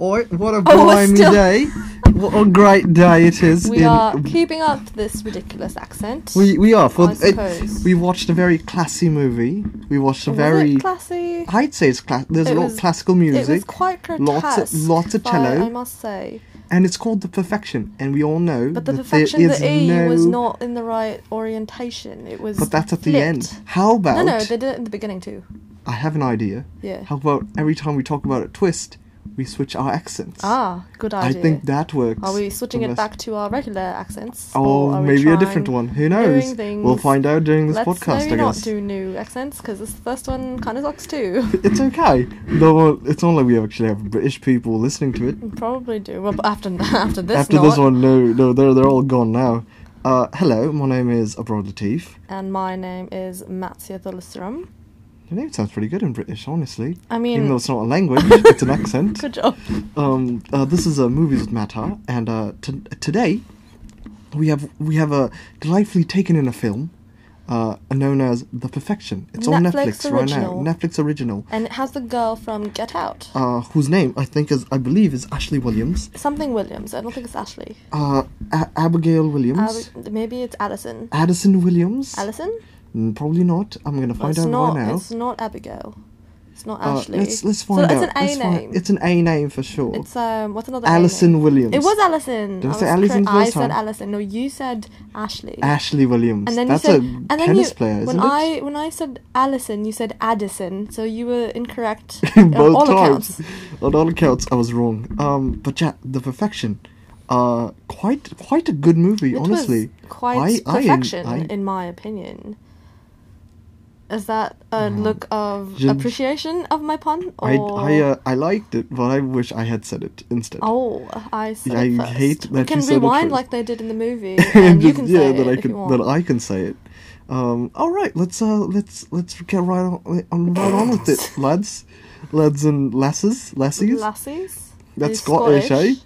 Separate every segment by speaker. Speaker 1: Oi, what a
Speaker 2: Oh, we're
Speaker 1: grimy
Speaker 2: still-
Speaker 1: day. What a great day it is.
Speaker 2: We
Speaker 1: in-
Speaker 2: are keeping up this ridiculous accent.
Speaker 1: We, we are. For
Speaker 2: I
Speaker 1: it-
Speaker 2: suppose.
Speaker 1: we watched a very classy movie. We watched a
Speaker 2: Was
Speaker 1: very.
Speaker 2: it classy.
Speaker 1: I'd say it's class. There's
Speaker 2: It
Speaker 1: a lot
Speaker 2: was-
Speaker 1: of classical
Speaker 2: It was
Speaker 1: music,
Speaker 2: quite grotesque.
Speaker 1: lots of lots of
Speaker 2: I-
Speaker 1: cello,
Speaker 2: I must say.
Speaker 1: and it's called The Perfection. And we all know
Speaker 2: But the
Speaker 1: that there
Speaker 2: perfection,
Speaker 1: is
Speaker 2: the E
Speaker 1: no.
Speaker 2: was not in the right orientation. It was.
Speaker 1: but that's at the
Speaker 2: flipped.
Speaker 1: end. How
Speaker 2: No,
Speaker 1: about?
Speaker 2: no, they did it in the beginning too.
Speaker 1: I have an idea.
Speaker 2: Yeah.
Speaker 1: How about every time we talk about a twist, we switch our accents?
Speaker 2: Ah, good
Speaker 1: I
Speaker 2: idea.
Speaker 1: think that works.
Speaker 2: Are we switching
Speaker 1: unless-
Speaker 2: it back to our regular accents?
Speaker 1: Oh,
Speaker 2: or are we
Speaker 1: maybe a different
Speaker 2: trying-
Speaker 1: one. Who knows?
Speaker 2: doing
Speaker 1: We'll
Speaker 2: things-
Speaker 1: find out during this
Speaker 2: Let's
Speaker 1: podcast,
Speaker 2: maybe
Speaker 1: I
Speaker 2: not
Speaker 1: guess.
Speaker 2: do new accents because this first one kind of sucks too.
Speaker 1: It's okay. No, it's not like we actually have British people listening to it.
Speaker 2: Probably do. Well, but after after this,
Speaker 1: After this
Speaker 2: not.
Speaker 1: one, no, no, they're they're all gone now. Uh, hello, my name is Abroad Latif.
Speaker 2: And my name is Matsia Thulistram.
Speaker 1: Your name sounds pretty good in British, honestly.
Speaker 2: I
Speaker 1: Even
Speaker 2: mean,
Speaker 1: though it's not a language, it's an accent.
Speaker 2: good job.
Speaker 1: Um, uh, this is uh, movies with Matter, and uh, t- today we have we have uh, delightfully taken in a film uh, known as The Perfection. It's on
Speaker 2: Netflix
Speaker 1: Netflix
Speaker 2: original.
Speaker 1: right now. Netflix original.
Speaker 2: And it has the girl from Get Out.
Speaker 1: Uh, whose name I think is I believe is Ashley Williams.
Speaker 2: Something Williams. I don't think it's Ashley.
Speaker 1: Uh, A- Abigail Williams.
Speaker 2: Ab- maybe it's Allison.
Speaker 1: Addison Williams.
Speaker 2: Allison?
Speaker 1: Mm, Probably not. I'm gonna find
Speaker 2: it's
Speaker 1: out
Speaker 2: not.
Speaker 1: right now.
Speaker 2: It's not Abigail. It's not
Speaker 1: Uh,
Speaker 2: Ashley.
Speaker 1: let's let's
Speaker 2: So
Speaker 1: find out.
Speaker 2: It's an A
Speaker 1: Let's find-
Speaker 2: name.
Speaker 1: it's an A name for sure.
Speaker 2: It's, um. What's another? A name?
Speaker 1: Allison Williams.
Speaker 2: It was Allison.
Speaker 1: Did I
Speaker 2: was
Speaker 1: say Allison
Speaker 2: correct.
Speaker 1: the
Speaker 2: I
Speaker 1: first
Speaker 2: said
Speaker 1: time?
Speaker 2: Allison. No, you said Ashley.
Speaker 1: Ashley Williams.
Speaker 2: and then
Speaker 1: That's
Speaker 2: you said,
Speaker 1: a
Speaker 2: and then
Speaker 1: tennis
Speaker 2: you,
Speaker 1: player,
Speaker 2: when
Speaker 1: isn't
Speaker 2: I
Speaker 1: it?
Speaker 2: when I said Allison, you said Addison, so you were incorrect
Speaker 1: In
Speaker 2: on
Speaker 1: Both
Speaker 2: all
Speaker 1: times.
Speaker 2: accounts.
Speaker 1: On all accounts, I was wrong. Um, but yeah, the perfection. Uh, quite quite a good movie,
Speaker 2: Which
Speaker 1: honestly.
Speaker 2: was quite
Speaker 1: I- I-
Speaker 2: perfection,
Speaker 1: I-
Speaker 2: in my opinion. Is that a look of
Speaker 1: Jin-
Speaker 2: appreciation of my pun? Or
Speaker 1: Mm. I I uh, I liked it, but I wish I had said it instead.
Speaker 2: oh, I said
Speaker 1: Yeah,
Speaker 2: it
Speaker 1: I
Speaker 2: first.
Speaker 1: hate
Speaker 2: we
Speaker 1: that
Speaker 2: can
Speaker 1: you said it
Speaker 2: rewind
Speaker 1: first.
Speaker 2: like they did in the movie, and you
Speaker 1: Just-
Speaker 2: can
Speaker 1: yeah,
Speaker 2: say
Speaker 1: that
Speaker 2: it
Speaker 1: I
Speaker 2: if
Speaker 1: can
Speaker 2: you want.
Speaker 1: that I can say it. Um, all right, let's uh, let's let's get right on, on right on with it, lads, lads and lasses, lassies.
Speaker 2: Lassies.
Speaker 1: That's
Speaker 2: is
Speaker 1: Scottish, eh?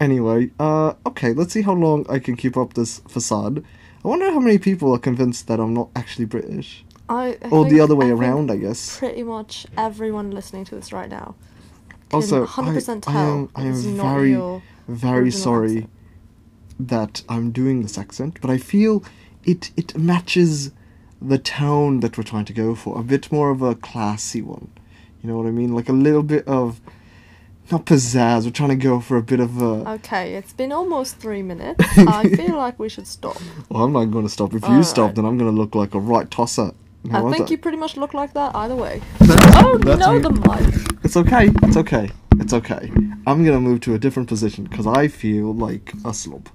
Speaker 1: Anyway, uh, okay, let's see how long I can keep up this facade. I wonder how many people are convinced that I'm not actually British,
Speaker 2: I, I
Speaker 1: or the
Speaker 2: think-
Speaker 1: other way
Speaker 2: I think
Speaker 1: around, I guess.
Speaker 2: Pretty much everyone listening to this right now. can
Speaker 1: Also, I,
Speaker 2: 100%
Speaker 1: I
Speaker 2: tell
Speaker 1: am I
Speaker 2: it's
Speaker 1: am
Speaker 2: not
Speaker 1: very
Speaker 2: your
Speaker 1: very
Speaker 2: original
Speaker 1: sorry
Speaker 2: accent.
Speaker 1: that I'm doing this accent, but I feel it it matches the tone that we're trying to go for. A bit more of a classy one. You know what I mean? Like a little bit of not pizzazz. We're trying to go for a bit of a.
Speaker 2: Okay, it's been almost three minutes. I feel like we should stop.
Speaker 1: Well, I'm not going to stop. If you
Speaker 2: Alright.
Speaker 1: stop, then I'm going to look like a right tosser. No,
Speaker 2: I
Speaker 1: won't
Speaker 2: think you pretty much look like that either way.
Speaker 1: That's-
Speaker 2: oh
Speaker 1: that's
Speaker 2: no,
Speaker 1: me.
Speaker 2: the mic.
Speaker 1: It's okay. It's okay. It's okay. I'm gonna move to a different position because I feel like a slob.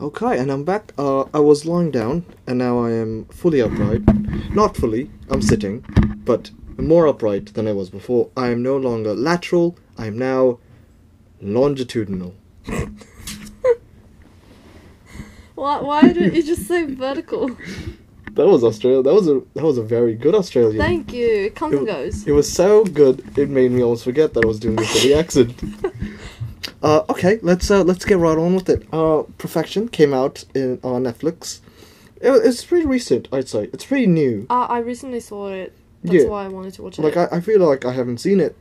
Speaker 1: Okay, and I'm back. Uh, I was lying down, and now I am fully upright. Not fully. I'm sitting, but more upright than I was before. I am no longer lateral. I am now longitudinal.
Speaker 2: Why, why didn't you just say vertical?
Speaker 1: That was Australia. That was a that was a very good Australian.
Speaker 2: Thank you. It comes
Speaker 1: it,
Speaker 2: and goes.
Speaker 1: it was so good it made me almost forget that I was doing this for the accent. Uh, okay, let's uh, let's get right on with it. Uh, Perfection came out in, on Netflix. It, it's pretty recent, I'd say. It's pretty new.
Speaker 2: I, I recently saw it. That's
Speaker 1: Yeah.
Speaker 2: why I wanted to watch it.
Speaker 1: Like I, I feel like I haven't seen it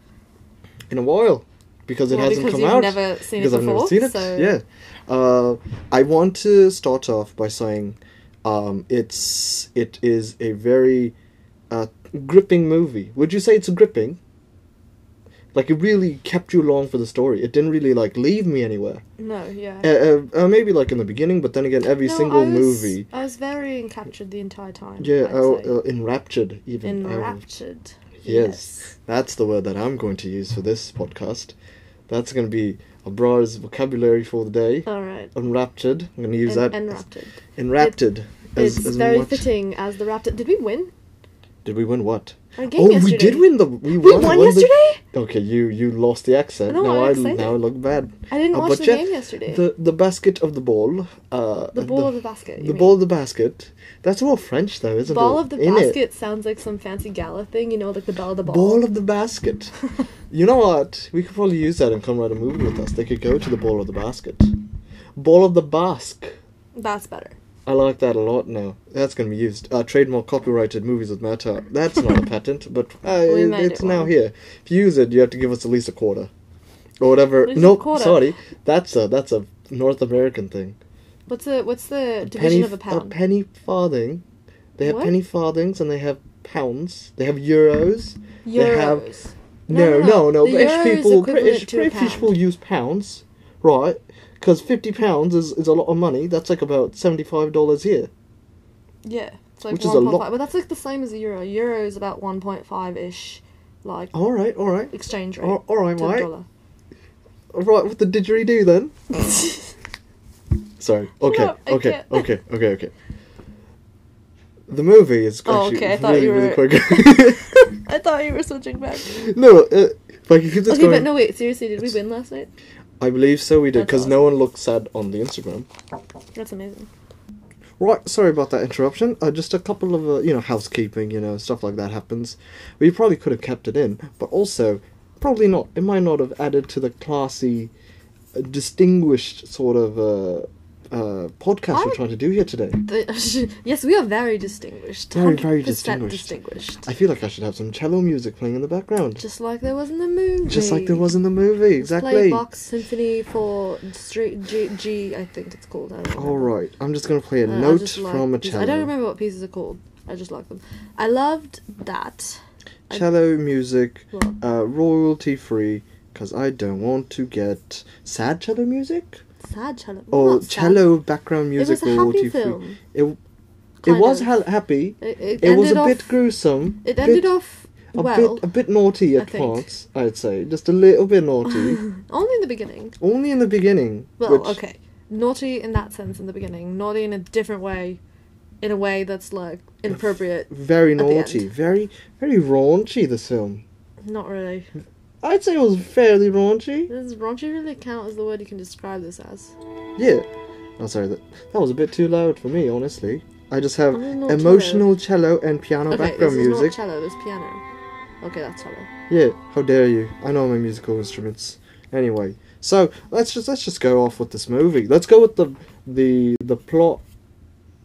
Speaker 1: in a while because it
Speaker 2: Well,
Speaker 1: hasn't
Speaker 2: because
Speaker 1: come
Speaker 2: you've
Speaker 1: out.
Speaker 2: never seen it
Speaker 1: because I've never
Speaker 2: before,
Speaker 1: seen it.
Speaker 2: so-
Speaker 1: Yeah. Uh, I want to start off by saying, um, it's it is a very uh, gripping movie. Would you say it's gripping? Like it really kept you along for the story. It didn't really like leave me anywhere.
Speaker 2: no, yeah.
Speaker 1: Uh, uh, uh, maybe like in the beginning, but then again, every
Speaker 2: No,
Speaker 1: single
Speaker 2: I was,
Speaker 1: movie.
Speaker 2: I was very enraptured the entire time.
Speaker 1: Yeah,
Speaker 2: I'd
Speaker 1: uh,
Speaker 2: say.
Speaker 1: uh, enraptured even. I would-
Speaker 2: enraptured.
Speaker 1: Yes, that's the word that I'm going to use for this podcast. That's going to be Abrar's vocabulary for the day.
Speaker 2: All right.
Speaker 1: Enraptured. I'm going to use
Speaker 2: En-
Speaker 1: that.
Speaker 2: enraptured.
Speaker 1: Enraptured. as,
Speaker 2: it's
Speaker 1: as we
Speaker 2: very
Speaker 1: watch-
Speaker 2: fitting as the raptor. Did we win?
Speaker 1: Did we win what?
Speaker 2: Our game
Speaker 1: Oh,
Speaker 2: yesterday.
Speaker 1: we did win the. We,
Speaker 2: We
Speaker 1: won,
Speaker 2: won
Speaker 1: the-
Speaker 2: yesterday?
Speaker 1: Okay, you you lost the accent.
Speaker 2: No,
Speaker 1: now
Speaker 2: I'm
Speaker 1: I
Speaker 2: excited.
Speaker 1: now I look bad.
Speaker 2: I didn't
Speaker 1: Uh,
Speaker 2: watch
Speaker 1: but
Speaker 2: the
Speaker 1: yeah,
Speaker 2: game yesterday. The,
Speaker 1: The the basket of the ball. Uh,
Speaker 2: ball of the basket. you
Speaker 1: The
Speaker 2: mean.
Speaker 1: ball of the basket. That's all French though, isn't
Speaker 2: Ball
Speaker 1: it?
Speaker 2: of the
Speaker 1: In it.
Speaker 2: basket sounds like some fancy gala thing, you know, like the bell of the ball.
Speaker 1: Ball of the basket. you know what? We could probably use that and come write a movie with us. They could go to the ball of the basket. Ball of the Basque.
Speaker 2: That's better.
Speaker 1: I like that a lot now. That's going to be used. Uh, trademark copyrighted movies with matter. That's not a patent, but uh,
Speaker 2: We
Speaker 1: it-
Speaker 2: made
Speaker 1: it's
Speaker 2: it
Speaker 1: now
Speaker 2: one.
Speaker 1: here. If you use it, you have to give us at least a quarter. or whatever.
Speaker 2: Losing
Speaker 1: No,
Speaker 2: quarter.
Speaker 1: sorry, that's a that's a North American thing.
Speaker 2: What's the what's the Uh, division
Speaker 1: penny
Speaker 2: of a
Speaker 1: f- uh,
Speaker 2: pound?
Speaker 1: penny farthing. They have
Speaker 2: What?
Speaker 1: penny farthings and they have pounds. They have euros. they have-
Speaker 2: Euros.
Speaker 1: No,
Speaker 2: No,
Speaker 1: no,
Speaker 2: no,
Speaker 1: no.
Speaker 2: the
Speaker 1: British
Speaker 2: euro is
Speaker 1: people,
Speaker 2: equivalent
Speaker 1: British,
Speaker 2: to a
Speaker 1: British
Speaker 2: pound.
Speaker 1: people use pounds, right? Because fifty pounds is, is a lot of money. That's like about seventy five dollars here.
Speaker 2: Yeah, it's like
Speaker 1: Which is a
Speaker 2: one point
Speaker 1: lot.
Speaker 2: five. But that's like the same as a euro. Euro is about one point five ish, like
Speaker 1: All right, all right,
Speaker 2: exchange rate
Speaker 1: all, Oh, all right,
Speaker 2: to a
Speaker 1: right,
Speaker 2: dollar.
Speaker 1: all right. With the didgeridoo then. Uh, Sorry. Okay.
Speaker 2: No, I
Speaker 1: okay.
Speaker 2: can't.
Speaker 1: Okay. Okay. Okay. The movie is
Speaker 2: Oh,
Speaker 1: actually
Speaker 2: okay, I thought
Speaker 1: really,
Speaker 2: you
Speaker 1: really
Speaker 2: were-
Speaker 1: quick.
Speaker 2: I thought you were switching back.
Speaker 1: no, uh, like if you keep this
Speaker 2: okay,
Speaker 1: going,
Speaker 2: but no, wait. Seriously, did we win last night?
Speaker 1: I believe so. We did
Speaker 2: That's
Speaker 1: because no one looked sad on the Instagram.
Speaker 2: That's amazing.
Speaker 1: Right, sorry about that interruption. Uh, just a couple of, uh, you know, housekeeping, you know, stuff like that happens. We probably could have kept it in, but also, probably not. It might not have added to the classy, uh, distinguished sort of uh, uh, podcast we're
Speaker 2: I-
Speaker 1: trying to do here today.
Speaker 2: The- yes, we are very distinguished.
Speaker 1: Very, very
Speaker 2: 100%
Speaker 1: I
Speaker 2: distinguished.
Speaker 1: feel like I should have some cello music playing in the background.
Speaker 2: Just like there was in the movie.
Speaker 1: Just like there was in the movie, exactly.
Speaker 2: Play Box Symphony for Street G, G, I think it's called. I don't remember.
Speaker 1: Alright, I'm just going to play a
Speaker 2: Uh, I
Speaker 1: note
Speaker 2: just like
Speaker 1: from a
Speaker 2: these-
Speaker 1: cello.
Speaker 2: I don't remember what pieces are called. I just like them. I loved that. I-
Speaker 1: cello music,
Speaker 2: What?
Speaker 1: uh, royalty free, because I don't want to get sad cello music
Speaker 2: Sad cello. well,
Speaker 1: or
Speaker 2: not sad.
Speaker 1: Oh, cello background
Speaker 2: It
Speaker 1: music
Speaker 2: was a happy
Speaker 1: royalty free.
Speaker 2: film.
Speaker 1: It it
Speaker 2: kind
Speaker 1: was
Speaker 2: of.
Speaker 1: ha- happy.
Speaker 2: It,
Speaker 1: It was
Speaker 2: ended
Speaker 1: a
Speaker 2: off,
Speaker 1: bit gruesome.
Speaker 2: It
Speaker 1: bit-
Speaker 2: ended off
Speaker 1: a
Speaker 2: well.
Speaker 1: bit a bit naughty
Speaker 2: I
Speaker 1: at
Speaker 2: think.
Speaker 1: parts. I'd say just a little bit naughty.
Speaker 2: Only in the beginning.
Speaker 1: Only in the beginning.
Speaker 2: Well,
Speaker 1: which,
Speaker 2: okay. Naughty in that sense in the beginning. Naughty in a different way. In a way that's like inappropriate.
Speaker 1: Very
Speaker 2: at the
Speaker 1: naughty.
Speaker 2: end.
Speaker 1: Very very raunchy. This film.
Speaker 2: Not really.
Speaker 1: I'd say it was fairly raunchy.
Speaker 2: Does raunchy really count as the word you can describe this as?
Speaker 1: Yeah. Oh, sorry. That, that was a bit too loud for me, honestly. I just have
Speaker 2: Oh, not
Speaker 1: emotional cello and piano
Speaker 2: okay,
Speaker 1: background
Speaker 2: this is
Speaker 1: music.
Speaker 2: not cello. This piano. Okay, that's cello.
Speaker 1: yeah. How dare you? I know my musical instruments. Anyway, so let's just let's just go off with this movie. Let's go with the the the plot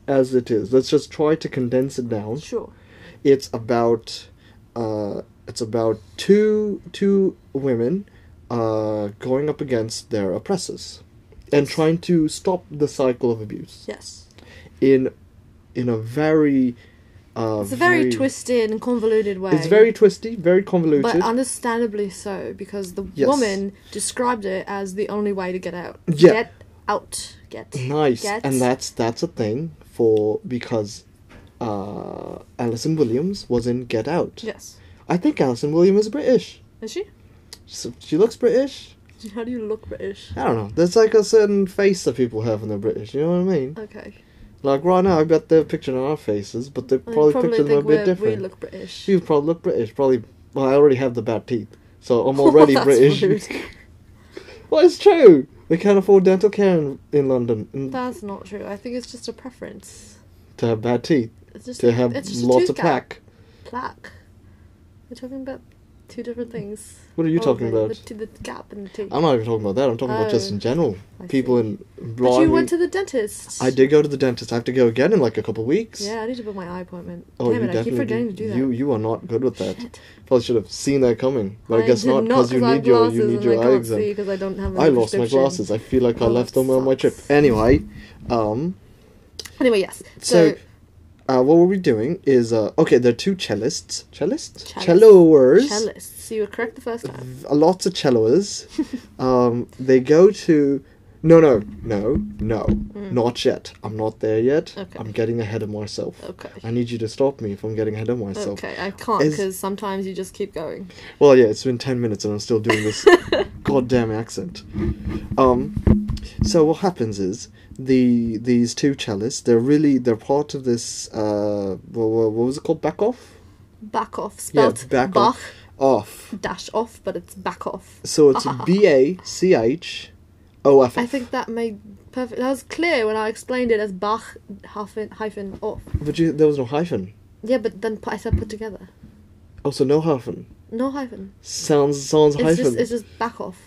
Speaker 1: as it is. Let's just try to condense it down.
Speaker 2: Sure.
Speaker 1: It's about uh it's about two two women uh going up against their oppressors and trying to stop the cycle of abuse.
Speaker 2: Yes.
Speaker 1: in in a very uh,
Speaker 2: It's a very, twisted and convoluted way.
Speaker 1: It's very twisty, very convoluted.
Speaker 2: But um, understandably so, because the
Speaker 1: Yes.
Speaker 2: woman described it as the only way to get out.
Speaker 1: Yeah.
Speaker 2: Get out. Get.
Speaker 1: nice,
Speaker 2: Get.
Speaker 1: and that's that's a thing for because uh, Alison Williams was in Get Out.
Speaker 2: Yes.
Speaker 1: I think Alison Williams is British.
Speaker 2: Is she?
Speaker 1: So she looks British.
Speaker 2: How do you look British?
Speaker 1: I don't know. There's like a certain face that people have when they're British. You know what I mean?
Speaker 2: Okay.
Speaker 1: Like right now, I bet they're picturing our faces, but they
Speaker 2: I
Speaker 1: probably,
Speaker 2: probably
Speaker 1: picture them a
Speaker 2: think
Speaker 1: bit
Speaker 2: we're, we
Speaker 1: different.
Speaker 2: look British.
Speaker 1: You probably look British. Probably. Well, I already have the bad teeth, so I'm already
Speaker 2: That's
Speaker 1: British.
Speaker 2: rude.
Speaker 1: Well, it's true. They can't afford dental care in, in London and
Speaker 2: That's not true. I think it's just a preference.
Speaker 1: to have bad teeth,
Speaker 2: It's just
Speaker 1: to have
Speaker 2: it's just a
Speaker 1: lots of
Speaker 2: tooth gap.
Speaker 1: plaque.
Speaker 2: Plaque. We're talking about two different things.
Speaker 1: What are you
Speaker 2: Oh,
Speaker 1: talking
Speaker 2: the,
Speaker 1: about?
Speaker 2: The, the gap and the teeth.
Speaker 1: I'm not even talking about that. I'm talking about just
Speaker 2: Oh,
Speaker 1: in general.
Speaker 2: I
Speaker 1: People
Speaker 2: see.
Speaker 1: in
Speaker 2: But
Speaker 1: blimey,
Speaker 2: you went to the dentist.
Speaker 1: I did go to the dentist. I have to go again in like a couple weeks.
Speaker 2: Yeah, I need to book my eye appointment.
Speaker 1: Oh, you
Speaker 2: Damn it, I
Speaker 1: definitely
Speaker 2: keep forgetting to do that.
Speaker 1: You you are not good with that.
Speaker 2: Shit.
Speaker 1: Probably should have seen that coming, but I,
Speaker 2: I
Speaker 1: guess
Speaker 2: did
Speaker 1: not because you
Speaker 2: I
Speaker 1: need
Speaker 2: have
Speaker 1: your you
Speaker 2: glasses
Speaker 1: need
Speaker 2: and
Speaker 1: your
Speaker 2: I
Speaker 1: eye
Speaker 2: can't
Speaker 1: exam.
Speaker 2: see because I don't have.
Speaker 1: I
Speaker 2: any
Speaker 1: lost my
Speaker 2: prescription.
Speaker 1: glasses. I feel like I
Speaker 2: Oh,
Speaker 1: left
Speaker 2: that
Speaker 1: them on my trip.
Speaker 2: sucks.
Speaker 1: Anyway, um,
Speaker 2: Anyway, yes.
Speaker 1: So,
Speaker 2: So,
Speaker 1: uh, what we're we doing is uh, okay. There are two cellists, cellists,
Speaker 2: Cellists.
Speaker 1: celloers,
Speaker 2: cellists. You were correct the first time.
Speaker 1: v- lots of celloers. um, they go to. No, no, no, no, not yet. I'm not there yet.
Speaker 2: Mm. Okay.
Speaker 1: I'm getting ahead of myself.
Speaker 2: Okay.
Speaker 1: I need you to stop me if I'm getting ahead of myself.
Speaker 2: Okay, I can't
Speaker 1: is-
Speaker 2: because sometimes you just keep going.
Speaker 1: Well, yeah, it's been 10 minutes and I'm still doing this goddamn accent. Um, so what happens is the these two cellists, they're really they're part of this uh what, what was it called? Back off?
Speaker 2: Back off. Spelt
Speaker 1: yeah, back
Speaker 2: Bach
Speaker 1: off. Off.
Speaker 2: dash off, but it's back off.
Speaker 1: So it's B A C H O F.
Speaker 2: I think that made perfect. That was clear when I explained it as Bach hyphen hyphen off.
Speaker 1: But you, there was no hyphen.
Speaker 2: Yeah, but then pu- I said put together.
Speaker 1: Also no hyphen.
Speaker 2: No hyphen.
Speaker 1: Sounds sounds
Speaker 2: It's
Speaker 1: hyphen.
Speaker 2: just it's just back off.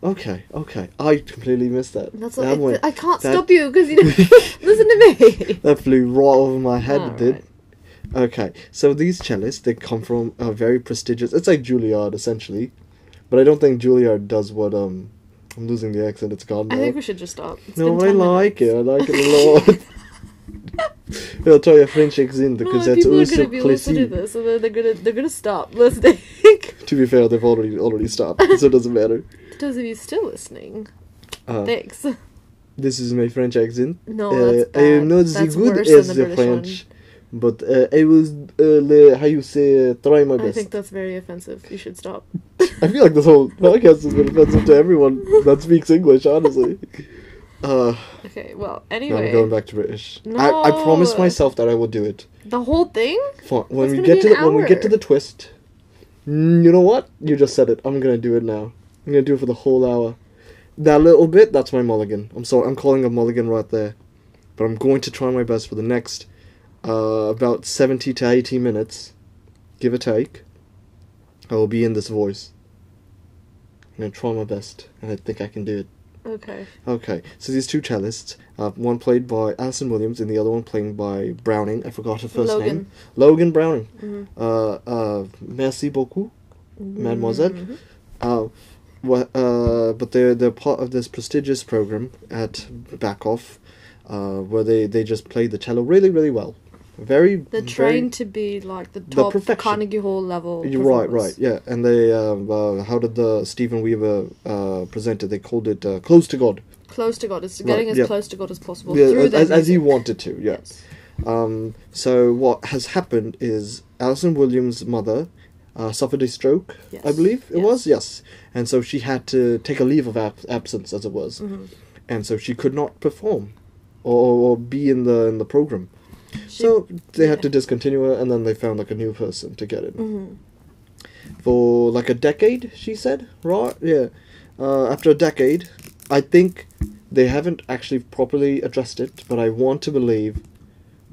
Speaker 1: Okay, okay. I completely missed that.
Speaker 2: That's
Speaker 1: that
Speaker 2: what it's-
Speaker 1: went-
Speaker 2: I can't
Speaker 1: that-
Speaker 2: stop you because you don't listen to me.
Speaker 1: That flew right over my head, it did.
Speaker 2: Alright.
Speaker 1: Okay, so these cellists, they come from a very prestigious, it's like Juilliard essentially. But I don't think Juilliard does what um I'm losing the accent. It's gone.
Speaker 2: I
Speaker 1: now.
Speaker 2: think we should just stop. It's
Speaker 1: no, I
Speaker 2: been 10
Speaker 1: like it.
Speaker 2: minutes.
Speaker 1: I like it a lot. I'll try a French accent because
Speaker 2: no,
Speaker 1: that's
Speaker 2: people are
Speaker 1: also
Speaker 2: gonna be listening to
Speaker 1: classy.
Speaker 2: this, and then they're gonna they're gonna stop listening.
Speaker 1: To be fair, they've already already stopped, so it doesn't matter.
Speaker 2: to those of you still listening,
Speaker 1: Uh,
Speaker 2: thanks.
Speaker 1: this is my French accent.
Speaker 2: No,
Speaker 1: Uh,
Speaker 2: that's
Speaker 1: I am
Speaker 2: bad.
Speaker 1: not
Speaker 2: That's
Speaker 1: as good
Speaker 2: worse than
Speaker 1: as
Speaker 2: the
Speaker 1: the,
Speaker 2: British
Speaker 1: French, but uh, I will uh, le- how you say uh, try my
Speaker 2: I
Speaker 1: best.
Speaker 2: think that's very offensive. You should stop.
Speaker 1: I feel like this whole podcast has been offensive to everyone that speaks English, honestly. Uh,
Speaker 2: Okay, well,
Speaker 1: no,
Speaker 2: anyway,
Speaker 1: I'm going back to British. I, I promised
Speaker 2: No.
Speaker 1: myself that I will do it.
Speaker 2: the whole thing.
Speaker 1: Fine. When
Speaker 2: That's
Speaker 1: we
Speaker 2: gonna
Speaker 1: get
Speaker 2: be
Speaker 1: to
Speaker 2: an
Speaker 1: the when we get
Speaker 2: hour.
Speaker 1: to the twist, mm, you know what? You just said it. I'm gonna do it now. I'm gonna do it for the whole hour. That little bit, that's my mulligan. I'm sorry, I'm calling a mulligan right there. But I'm going to try my best for the next uh, about 70 to 80 minutes, give or take. I will be in this voice. I'm gonna try my best, and I think I can do it.
Speaker 2: Okay,
Speaker 1: Okay, so these two cellists, uh, one played by Alison Williams and the other one playing by Browning. I forgot her first
Speaker 2: Logan.
Speaker 1: name. Logan Browning.
Speaker 2: Mhm.
Speaker 1: Uh, uh, merci beaucoup, mademoiselle.
Speaker 2: Mm-hmm.
Speaker 1: Uh, wha- uh, but they're they're part of this prestigious program at Backoff, uh, where they they just play the cello really really well. Very.
Speaker 2: They're
Speaker 1: very-
Speaker 2: trying to be like the
Speaker 1: The
Speaker 2: top
Speaker 1: perfection.
Speaker 2: Carnegie Hall level.
Speaker 1: You're right, right,
Speaker 2: performers.
Speaker 1: yeah. And they, um, uh, how did the Stephen Weaver uh, present it? They called it uh, "Close to God,"
Speaker 2: Close to God. It's
Speaker 1: Right,
Speaker 2: getting as
Speaker 1: yeah.
Speaker 2: close to God as possible
Speaker 1: yeah,
Speaker 2: through
Speaker 1: as,
Speaker 2: their
Speaker 1: as, as he
Speaker 2: music.
Speaker 1: wanted to. Yeah.
Speaker 2: Yes.
Speaker 1: Um, so what has happened is Alison Williams' mother uh, suffered a stroke,
Speaker 2: Yes.
Speaker 1: I believe it
Speaker 2: Yes.
Speaker 1: was, yes, and so she had to take a leave of ab- absence, as it was,
Speaker 2: Mhm.
Speaker 1: and so she could not perform or, or be in the in the program.
Speaker 2: She-
Speaker 1: so they had
Speaker 2: yeah.
Speaker 1: to discontinue her, and then they found like a new person to get in
Speaker 2: Mhm.
Speaker 1: for like a decade. She said, right? Yeah. Uh, after a decade, I think they haven't actually properly addressed it, but I want to believe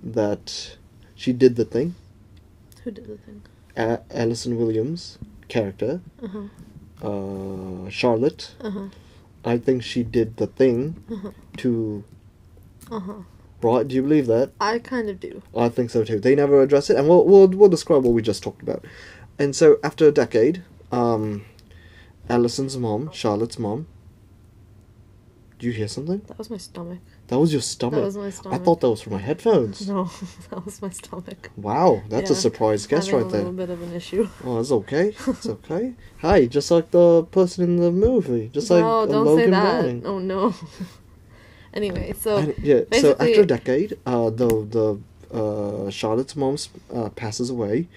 Speaker 1: that she did the thing.
Speaker 2: Who did the thing?
Speaker 1: A- Alison Williams character,
Speaker 2: Uh huh.
Speaker 1: uh, Charlotte.
Speaker 2: Uh huh.
Speaker 1: I think she did the thing
Speaker 2: Uh-huh.
Speaker 1: to.
Speaker 2: Uh huh.
Speaker 1: Right? Do you believe that?
Speaker 2: I kind of do.
Speaker 1: I think so too. They never address it, and we'll we'll, we'll describe what we just talked about. And so after a decade, um, Alison's mom, Charlotte's mom. Do you hear something?
Speaker 2: That was my stomach.
Speaker 1: That was your stomach.
Speaker 2: That was my stomach.
Speaker 1: I thought that was from my headphones.
Speaker 2: No, that was my stomach.
Speaker 1: Wow, that's a
Speaker 2: Yeah.
Speaker 1: surprise guess
Speaker 2: Having
Speaker 1: right
Speaker 2: a
Speaker 1: there.
Speaker 2: little bit of an issue.
Speaker 1: Oh, it's okay. It's okay. Hi, just like the person in the movie, just like
Speaker 2: no,
Speaker 1: uh,
Speaker 2: don't
Speaker 1: Logan
Speaker 2: say that.
Speaker 1: Browning.
Speaker 2: Oh no. anyway, so
Speaker 1: And- yeah. So
Speaker 2: basically-
Speaker 1: after a decade, uh, the the uh, Charlotte's mom uh, passes away,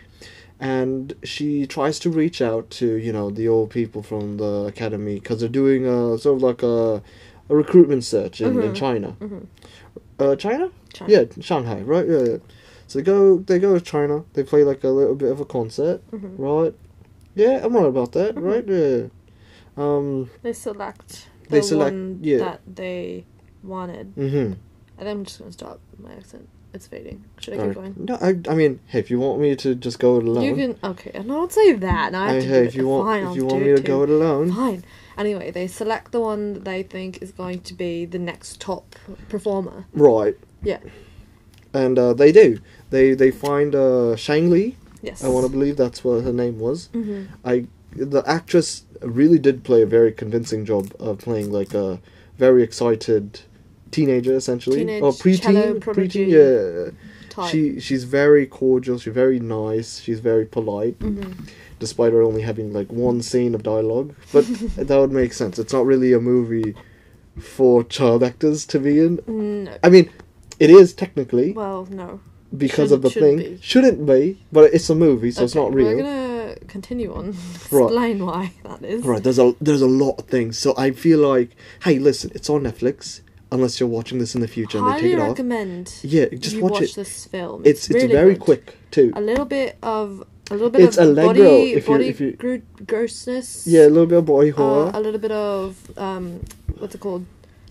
Speaker 1: and she tries to reach out to you know the old people from the academy because they're doing a sort of like a, a recruitment search in, in
Speaker 2: Mhm.
Speaker 1: China.
Speaker 2: Mhm.
Speaker 1: Uh, China?
Speaker 2: China.
Speaker 1: Yeah, Shanghai, right? Yeah. yeah. So they go, they go to China. They play like a little bit of a concert,
Speaker 2: Mhm.
Speaker 1: right? Yeah, I'm all about that,
Speaker 2: Mhm.
Speaker 1: right? Yeah. Um.
Speaker 2: they select the
Speaker 1: They select-
Speaker 2: one
Speaker 1: yeah.
Speaker 2: that they wanted.
Speaker 1: Mm-hmm.
Speaker 2: I think I'm just gonna stop my accent. It's fading. Should I keep going?
Speaker 1: No, I, I mean, hey, if you want me to just go it alone,
Speaker 2: You can okay. and Don't say that. Now I have
Speaker 1: I,
Speaker 2: to
Speaker 1: hey,
Speaker 2: do
Speaker 1: if
Speaker 2: it.
Speaker 1: you want,
Speaker 2: Fine,
Speaker 1: if
Speaker 2: I'll
Speaker 1: you
Speaker 2: do
Speaker 1: want
Speaker 2: it
Speaker 1: me to
Speaker 2: too.
Speaker 1: go it alone,
Speaker 2: Fine. Anyway, they select the one that they think is going to be the next top performer.
Speaker 1: right?
Speaker 2: Yeah.
Speaker 1: And uh, they do. They they find uh, Shang Li.
Speaker 2: Yes.
Speaker 1: I want to believe that's what her name was.
Speaker 2: hmm
Speaker 1: I the actress really did play a very convincing job of playing like a very excited teenager, essentially,
Speaker 2: Teenage
Speaker 1: or
Speaker 2: cello
Speaker 1: preteen,
Speaker 2: prodigy.
Speaker 1: preteen. Yeah.
Speaker 2: Type.
Speaker 1: She she's very cordial. She's very nice. She's very polite.
Speaker 2: hmm
Speaker 1: despite her only having like one scene of dialogue. But that would make sense. It's not really a movie for child actors to be in.
Speaker 2: Mm, No.
Speaker 1: I mean, it is technically
Speaker 2: Well, no.
Speaker 1: because of
Speaker 2: shouldn't-
Speaker 1: the
Speaker 2: should
Speaker 1: thing.
Speaker 2: be.
Speaker 1: Shouldn't be, but it's a movie, so it's
Speaker 2: Okay,
Speaker 1: not real.
Speaker 2: We're gonna continue on.
Speaker 1: Right.
Speaker 2: Explain why that is.
Speaker 1: Right, there's a there's a lot of things. So I feel like, hey, listen, it's on Netflix. Unless you're watching this in the future and they
Speaker 2: Highly
Speaker 1: take it off.
Speaker 2: recommend.
Speaker 1: Yeah, just
Speaker 2: you
Speaker 1: watch,
Speaker 2: watch
Speaker 1: it.
Speaker 2: this film.
Speaker 1: It's it's
Speaker 2: really
Speaker 1: very
Speaker 2: good.
Speaker 1: quick too.
Speaker 2: A little bit of a little bit
Speaker 1: It's
Speaker 2: of
Speaker 1: Allegro,
Speaker 2: body
Speaker 1: if you-
Speaker 2: body
Speaker 1: if you-
Speaker 2: gro- grossness.
Speaker 1: Yeah, a little bit of boy horror.
Speaker 2: Uh, a little bit of um, what's it called?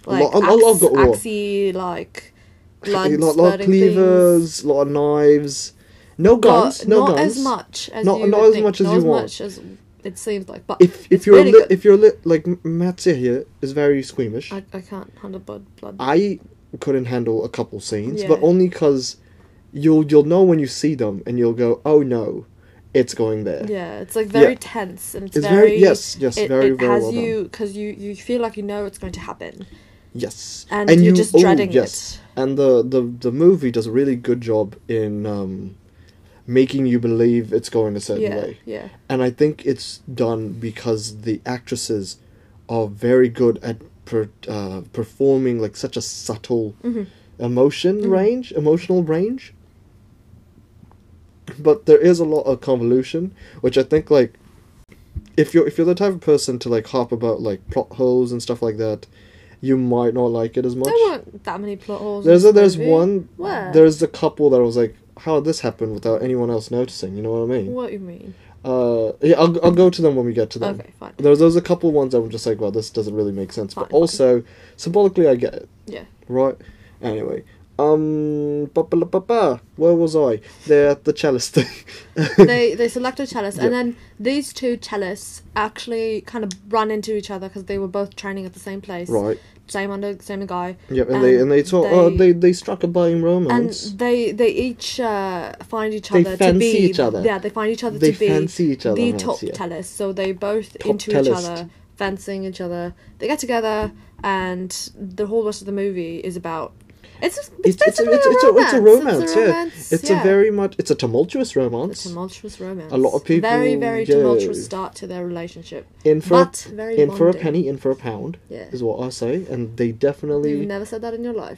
Speaker 1: A lot- a lot of gore.
Speaker 2: axey, like
Speaker 1: a
Speaker 2: blood
Speaker 1: lot, lot of
Speaker 2: spurting things.
Speaker 1: cleavers, a lot of knives. No guns.
Speaker 2: But
Speaker 1: no
Speaker 2: not
Speaker 1: guns.
Speaker 2: as much as
Speaker 1: Not-
Speaker 2: you
Speaker 1: not
Speaker 2: would
Speaker 1: as
Speaker 2: think,
Speaker 1: much as
Speaker 2: not
Speaker 1: you
Speaker 2: as
Speaker 1: want.
Speaker 2: much as it seems like. But
Speaker 1: if if
Speaker 2: it's
Speaker 1: you're
Speaker 2: really
Speaker 1: a li-
Speaker 2: good.
Speaker 1: if you're a li- like M- Matze here is very squeamish. I,
Speaker 2: I, I can't handle blood. blood.
Speaker 1: Ah, couldn't handle a couple scenes,
Speaker 2: Yeah.
Speaker 1: but only because you'll you'll know when you see them and you'll go, oh no, it's going there.
Speaker 2: Yeah, it's like
Speaker 1: Yeah.
Speaker 2: very tense and it's,
Speaker 1: It's
Speaker 2: very,
Speaker 1: very, yes, yes,
Speaker 2: it,
Speaker 1: very
Speaker 2: it
Speaker 1: very
Speaker 2: has
Speaker 1: well done.
Speaker 2: you because you you feel like you know it's going to happen
Speaker 1: Yes,
Speaker 2: and, you're just
Speaker 1: oh,
Speaker 2: dreading it.
Speaker 1: And the, the the movie does a really good job in um, making you believe it's going a certain
Speaker 2: Yeah,
Speaker 1: way.
Speaker 2: yeah,
Speaker 1: And I think it's done because the actresses are very good at per, uh, performing like such a subtle
Speaker 2: Mhm.
Speaker 1: emotion
Speaker 2: Mhm.
Speaker 1: range, emotional range. But there is a lot of convolution, which I think like if you're if you're the type of person to like harp about like plot holes and stuff like that, you might not like it as much.
Speaker 2: There weren't that many plot holes. in
Speaker 1: There's a,
Speaker 2: this
Speaker 1: there's
Speaker 2: movie.
Speaker 1: one
Speaker 2: Where?
Speaker 1: there's a couple that I was like, how did this happen without anyone else noticing? You know what I mean?
Speaker 2: What do you mean?
Speaker 1: Uh, yeah, I'll I'll go to them when we get to them.
Speaker 2: Okay, fine.
Speaker 1: There, there's a couple ones that were just like, well, this doesn't really make sense.
Speaker 2: Fine,
Speaker 1: but
Speaker 2: fine.
Speaker 1: also, symbolically, I get it.
Speaker 2: Yeah.
Speaker 1: Right. Anyway, um, ba ba ba ba. Where was I? They're at the chalice thing.
Speaker 2: they they select a cellist,
Speaker 1: Yeah.
Speaker 2: and then these two cellists actually kind of run into each other because they were both training at the same place,
Speaker 1: right.
Speaker 2: same under same guy,
Speaker 1: Yep. And they
Speaker 2: And
Speaker 1: and they talk. oh,
Speaker 2: they-
Speaker 1: they they struck a budding
Speaker 2: and
Speaker 1: romance.
Speaker 2: they they each uh, find each
Speaker 1: They
Speaker 2: other to
Speaker 1: fancy
Speaker 2: be
Speaker 1: each other.
Speaker 2: yeah they find each other
Speaker 1: they
Speaker 2: to be
Speaker 1: fancy each other.
Speaker 2: the
Speaker 1: once,
Speaker 2: top
Speaker 1: yeah.
Speaker 2: cellist, so they both
Speaker 1: Top
Speaker 2: into each
Speaker 1: cellist.
Speaker 2: other, fancying each other. They get together, and the whole rest of the movie is about. It's just, it's, basically
Speaker 1: it's, it's,
Speaker 2: a
Speaker 1: a, it's a romance.
Speaker 2: romance.
Speaker 1: yeah.
Speaker 2: romance,
Speaker 1: It's
Speaker 2: yeah.
Speaker 1: a very much. It's a tumultuous
Speaker 2: A
Speaker 1: romance.
Speaker 2: tumultuous romance.
Speaker 1: A lot of people-
Speaker 2: Very, very
Speaker 1: yeah.
Speaker 2: tumultuous start to their relationship.
Speaker 1: in for
Speaker 2: but
Speaker 1: a,
Speaker 2: very
Speaker 1: in for a
Speaker 2: bonding.
Speaker 1: penny, in for a pound
Speaker 2: Yeah.
Speaker 1: is what I say. And they
Speaker 2: You've
Speaker 1: definitely.
Speaker 2: never said that in your life.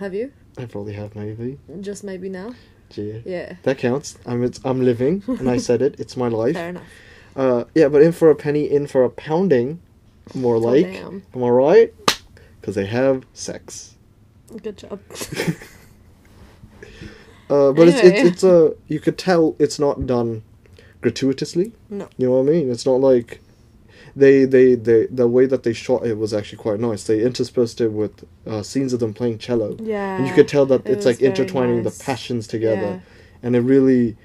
Speaker 2: Have you?
Speaker 1: I probably have maybe.
Speaker 2: Just maybe now?
Speaker 1: Gee.
Speaker 2: Yeah.
Speaker 1: That counts. I'm it's, I'm living, and I said it. It's my life.
Speaker 2: Fair enough.
Speaker 1: Uh, yeah, but in for a penny, in for a pounding, more like.
Speaker 2: damn.
Speaker 1: Am I right? Because they have sex.
Speaker 2: Good job.
Speaker 1: Uh, but it's, it's
Speaker 2: Anyway.
Speaker 1: it's a you could tell it's not done gratuitously.
Speaker 2: No.
Speaker 1: You know what I mean? It's not like they they they the way that they shot it was actually quite nice. They interspersed it with uh, scenes of them playing cello,
Speaker 2: Yeah.
Speaker 1: and you could tell that
Speaker 2: it
Speaker 1: it's like
Speaker 2: was very
Speaker 1: intertwining
Speaker 2: nice.
Speaker 1: the passions together. and it really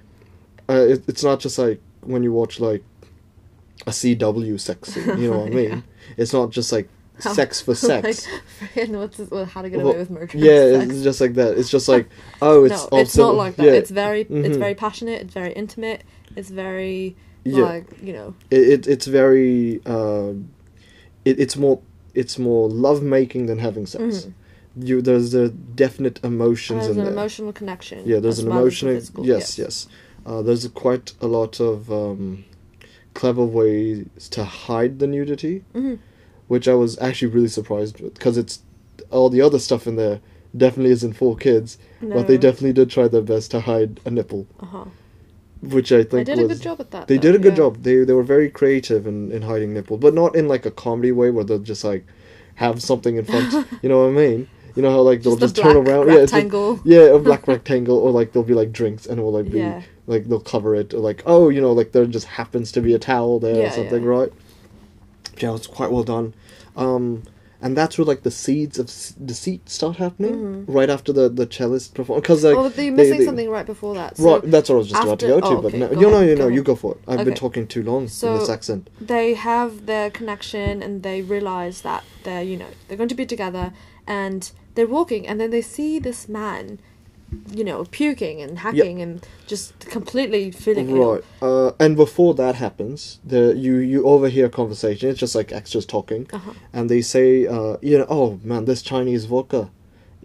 Speaker 1: uh, it, it's not just like when you watch like a CW sex scene, you know what I mean?
Speaker 2: Yeah.
Speaker 1: It's not just like
Speaker 2: How-
Speaker 1: sex for sex.
Speaker 2: like, freaking what's this, well, how to get
Speaker 1: Well,
Speaker 2: away with murder. and
Speaker 1: yeah,
Speaker 2: sex.
Speaker 1: it's just like that. It's just like oh, it's
Speaker 2: no, it's not
Speaker 1: also-
Speaker 2: like that.
Speaker 1: Yeah,
Speaker 2: It's very, it's
Speaker 1: Mhm.
Speaker 2: very passionate. It's very intimate. It's very,
Speaker 1: yeah.
Speaker 2: like, you know,
Speaker 1: It, it it's very um, it, it's more it's more love making than having sex.
Speaker 2: Mhm.
Speaker 1: You there's the definite emotions
Speaker 2: there's
Speaker 1: in
Speaker 2: an
Speaker 1: there.
Speaker 2: emotional connection.
Speaker 1: Yeah, there's
Speaker 2: as
Speaker 1: an
Speaker 2: well as the
Speaker 1: emotional.
Speaker 2: physical,
Speaker 1: yes, yes. Uh, there's quite a lot of um, clever ways to hide the nudity,
Speaker 2: Mhm.
Speaker 1: which I was actually really surprised with because it's all the other stuff in there definitely isn't for kids, but they
Speaker 2: No.
Speaker 1: definitely did try their best to hide a nipple,
Speaker 2: Uh-huh.
Speaker 1: which I
Speaker 2: They
Speaker 1: think
Speaker 2: did a
Speaker 1: was.
Speaker 2: good job at that.
Speaker 1: They
Speaker 2: though,
Speaker 1: did a good
Speaker 2: yeah.
Speaker 1: job. They they were very creative in, in hiding nipple, but not in like a comedy way where they'll just like have something in front. you know what I mean? You know how like they'll just,
Speaker 2: Just, the
Speaker 1: turn
Speaker 2: black
Speaker 1: around. Yeah, it's just-
Speaker 2: rectangle.
Speaker 1: yeah, a black rectangle, or like there'll be like drinks, and it'll like be
Speaker 2: Yeah.
Speaker 1: like they'll cover it, or like oh, you know, like there just happens to be a towel there
Speaker 2: Yeah,
Speaker 1: or something,
Speaker 2: yeah.
Speaker 1: right? Yeah, it's quite well done, um, and that's where like the seeds of s- deceit start happening right after the the cellist perform because like
Speaker 2: Mm-hmm. oh, but you're
Speaker 1: they-
Speaker 2: missing
Speaker 1: they-
Speaker 2: something right before that. So
Speaker 1: Right, that's what I was just about to go
Speaker 2: after-
Speaker 1: to,
Speaker 2: oh,
Speaker 1: but
Speaker 2: okay,
Speaker 1: no,
Speaker 2: go
Speaker 1: you know,
Speaker 2: ahead,
Speaker 1: you
Speaker 2: go
Speaker 1: know, you
Speaker 2: ahead.
Speaker 1: go for it. I've been
Speaker 2: Okay.
Speaker 1: talking too long in
Speaker 2: So-
Speaker 1: this accent.
Speaker 2: they have their connection and they realize that they're you know they're going to be together and they're walking and then they see this man you know puking and hacking and just completely feeling ill
Speaker 1: Right, uh, and before that happens, the you you overhear a conversation. It's just like extras talking,
Speaker 2: Uh-huh.
Speaker 1: and they say, uh, you know, oh man, this Chinese vodka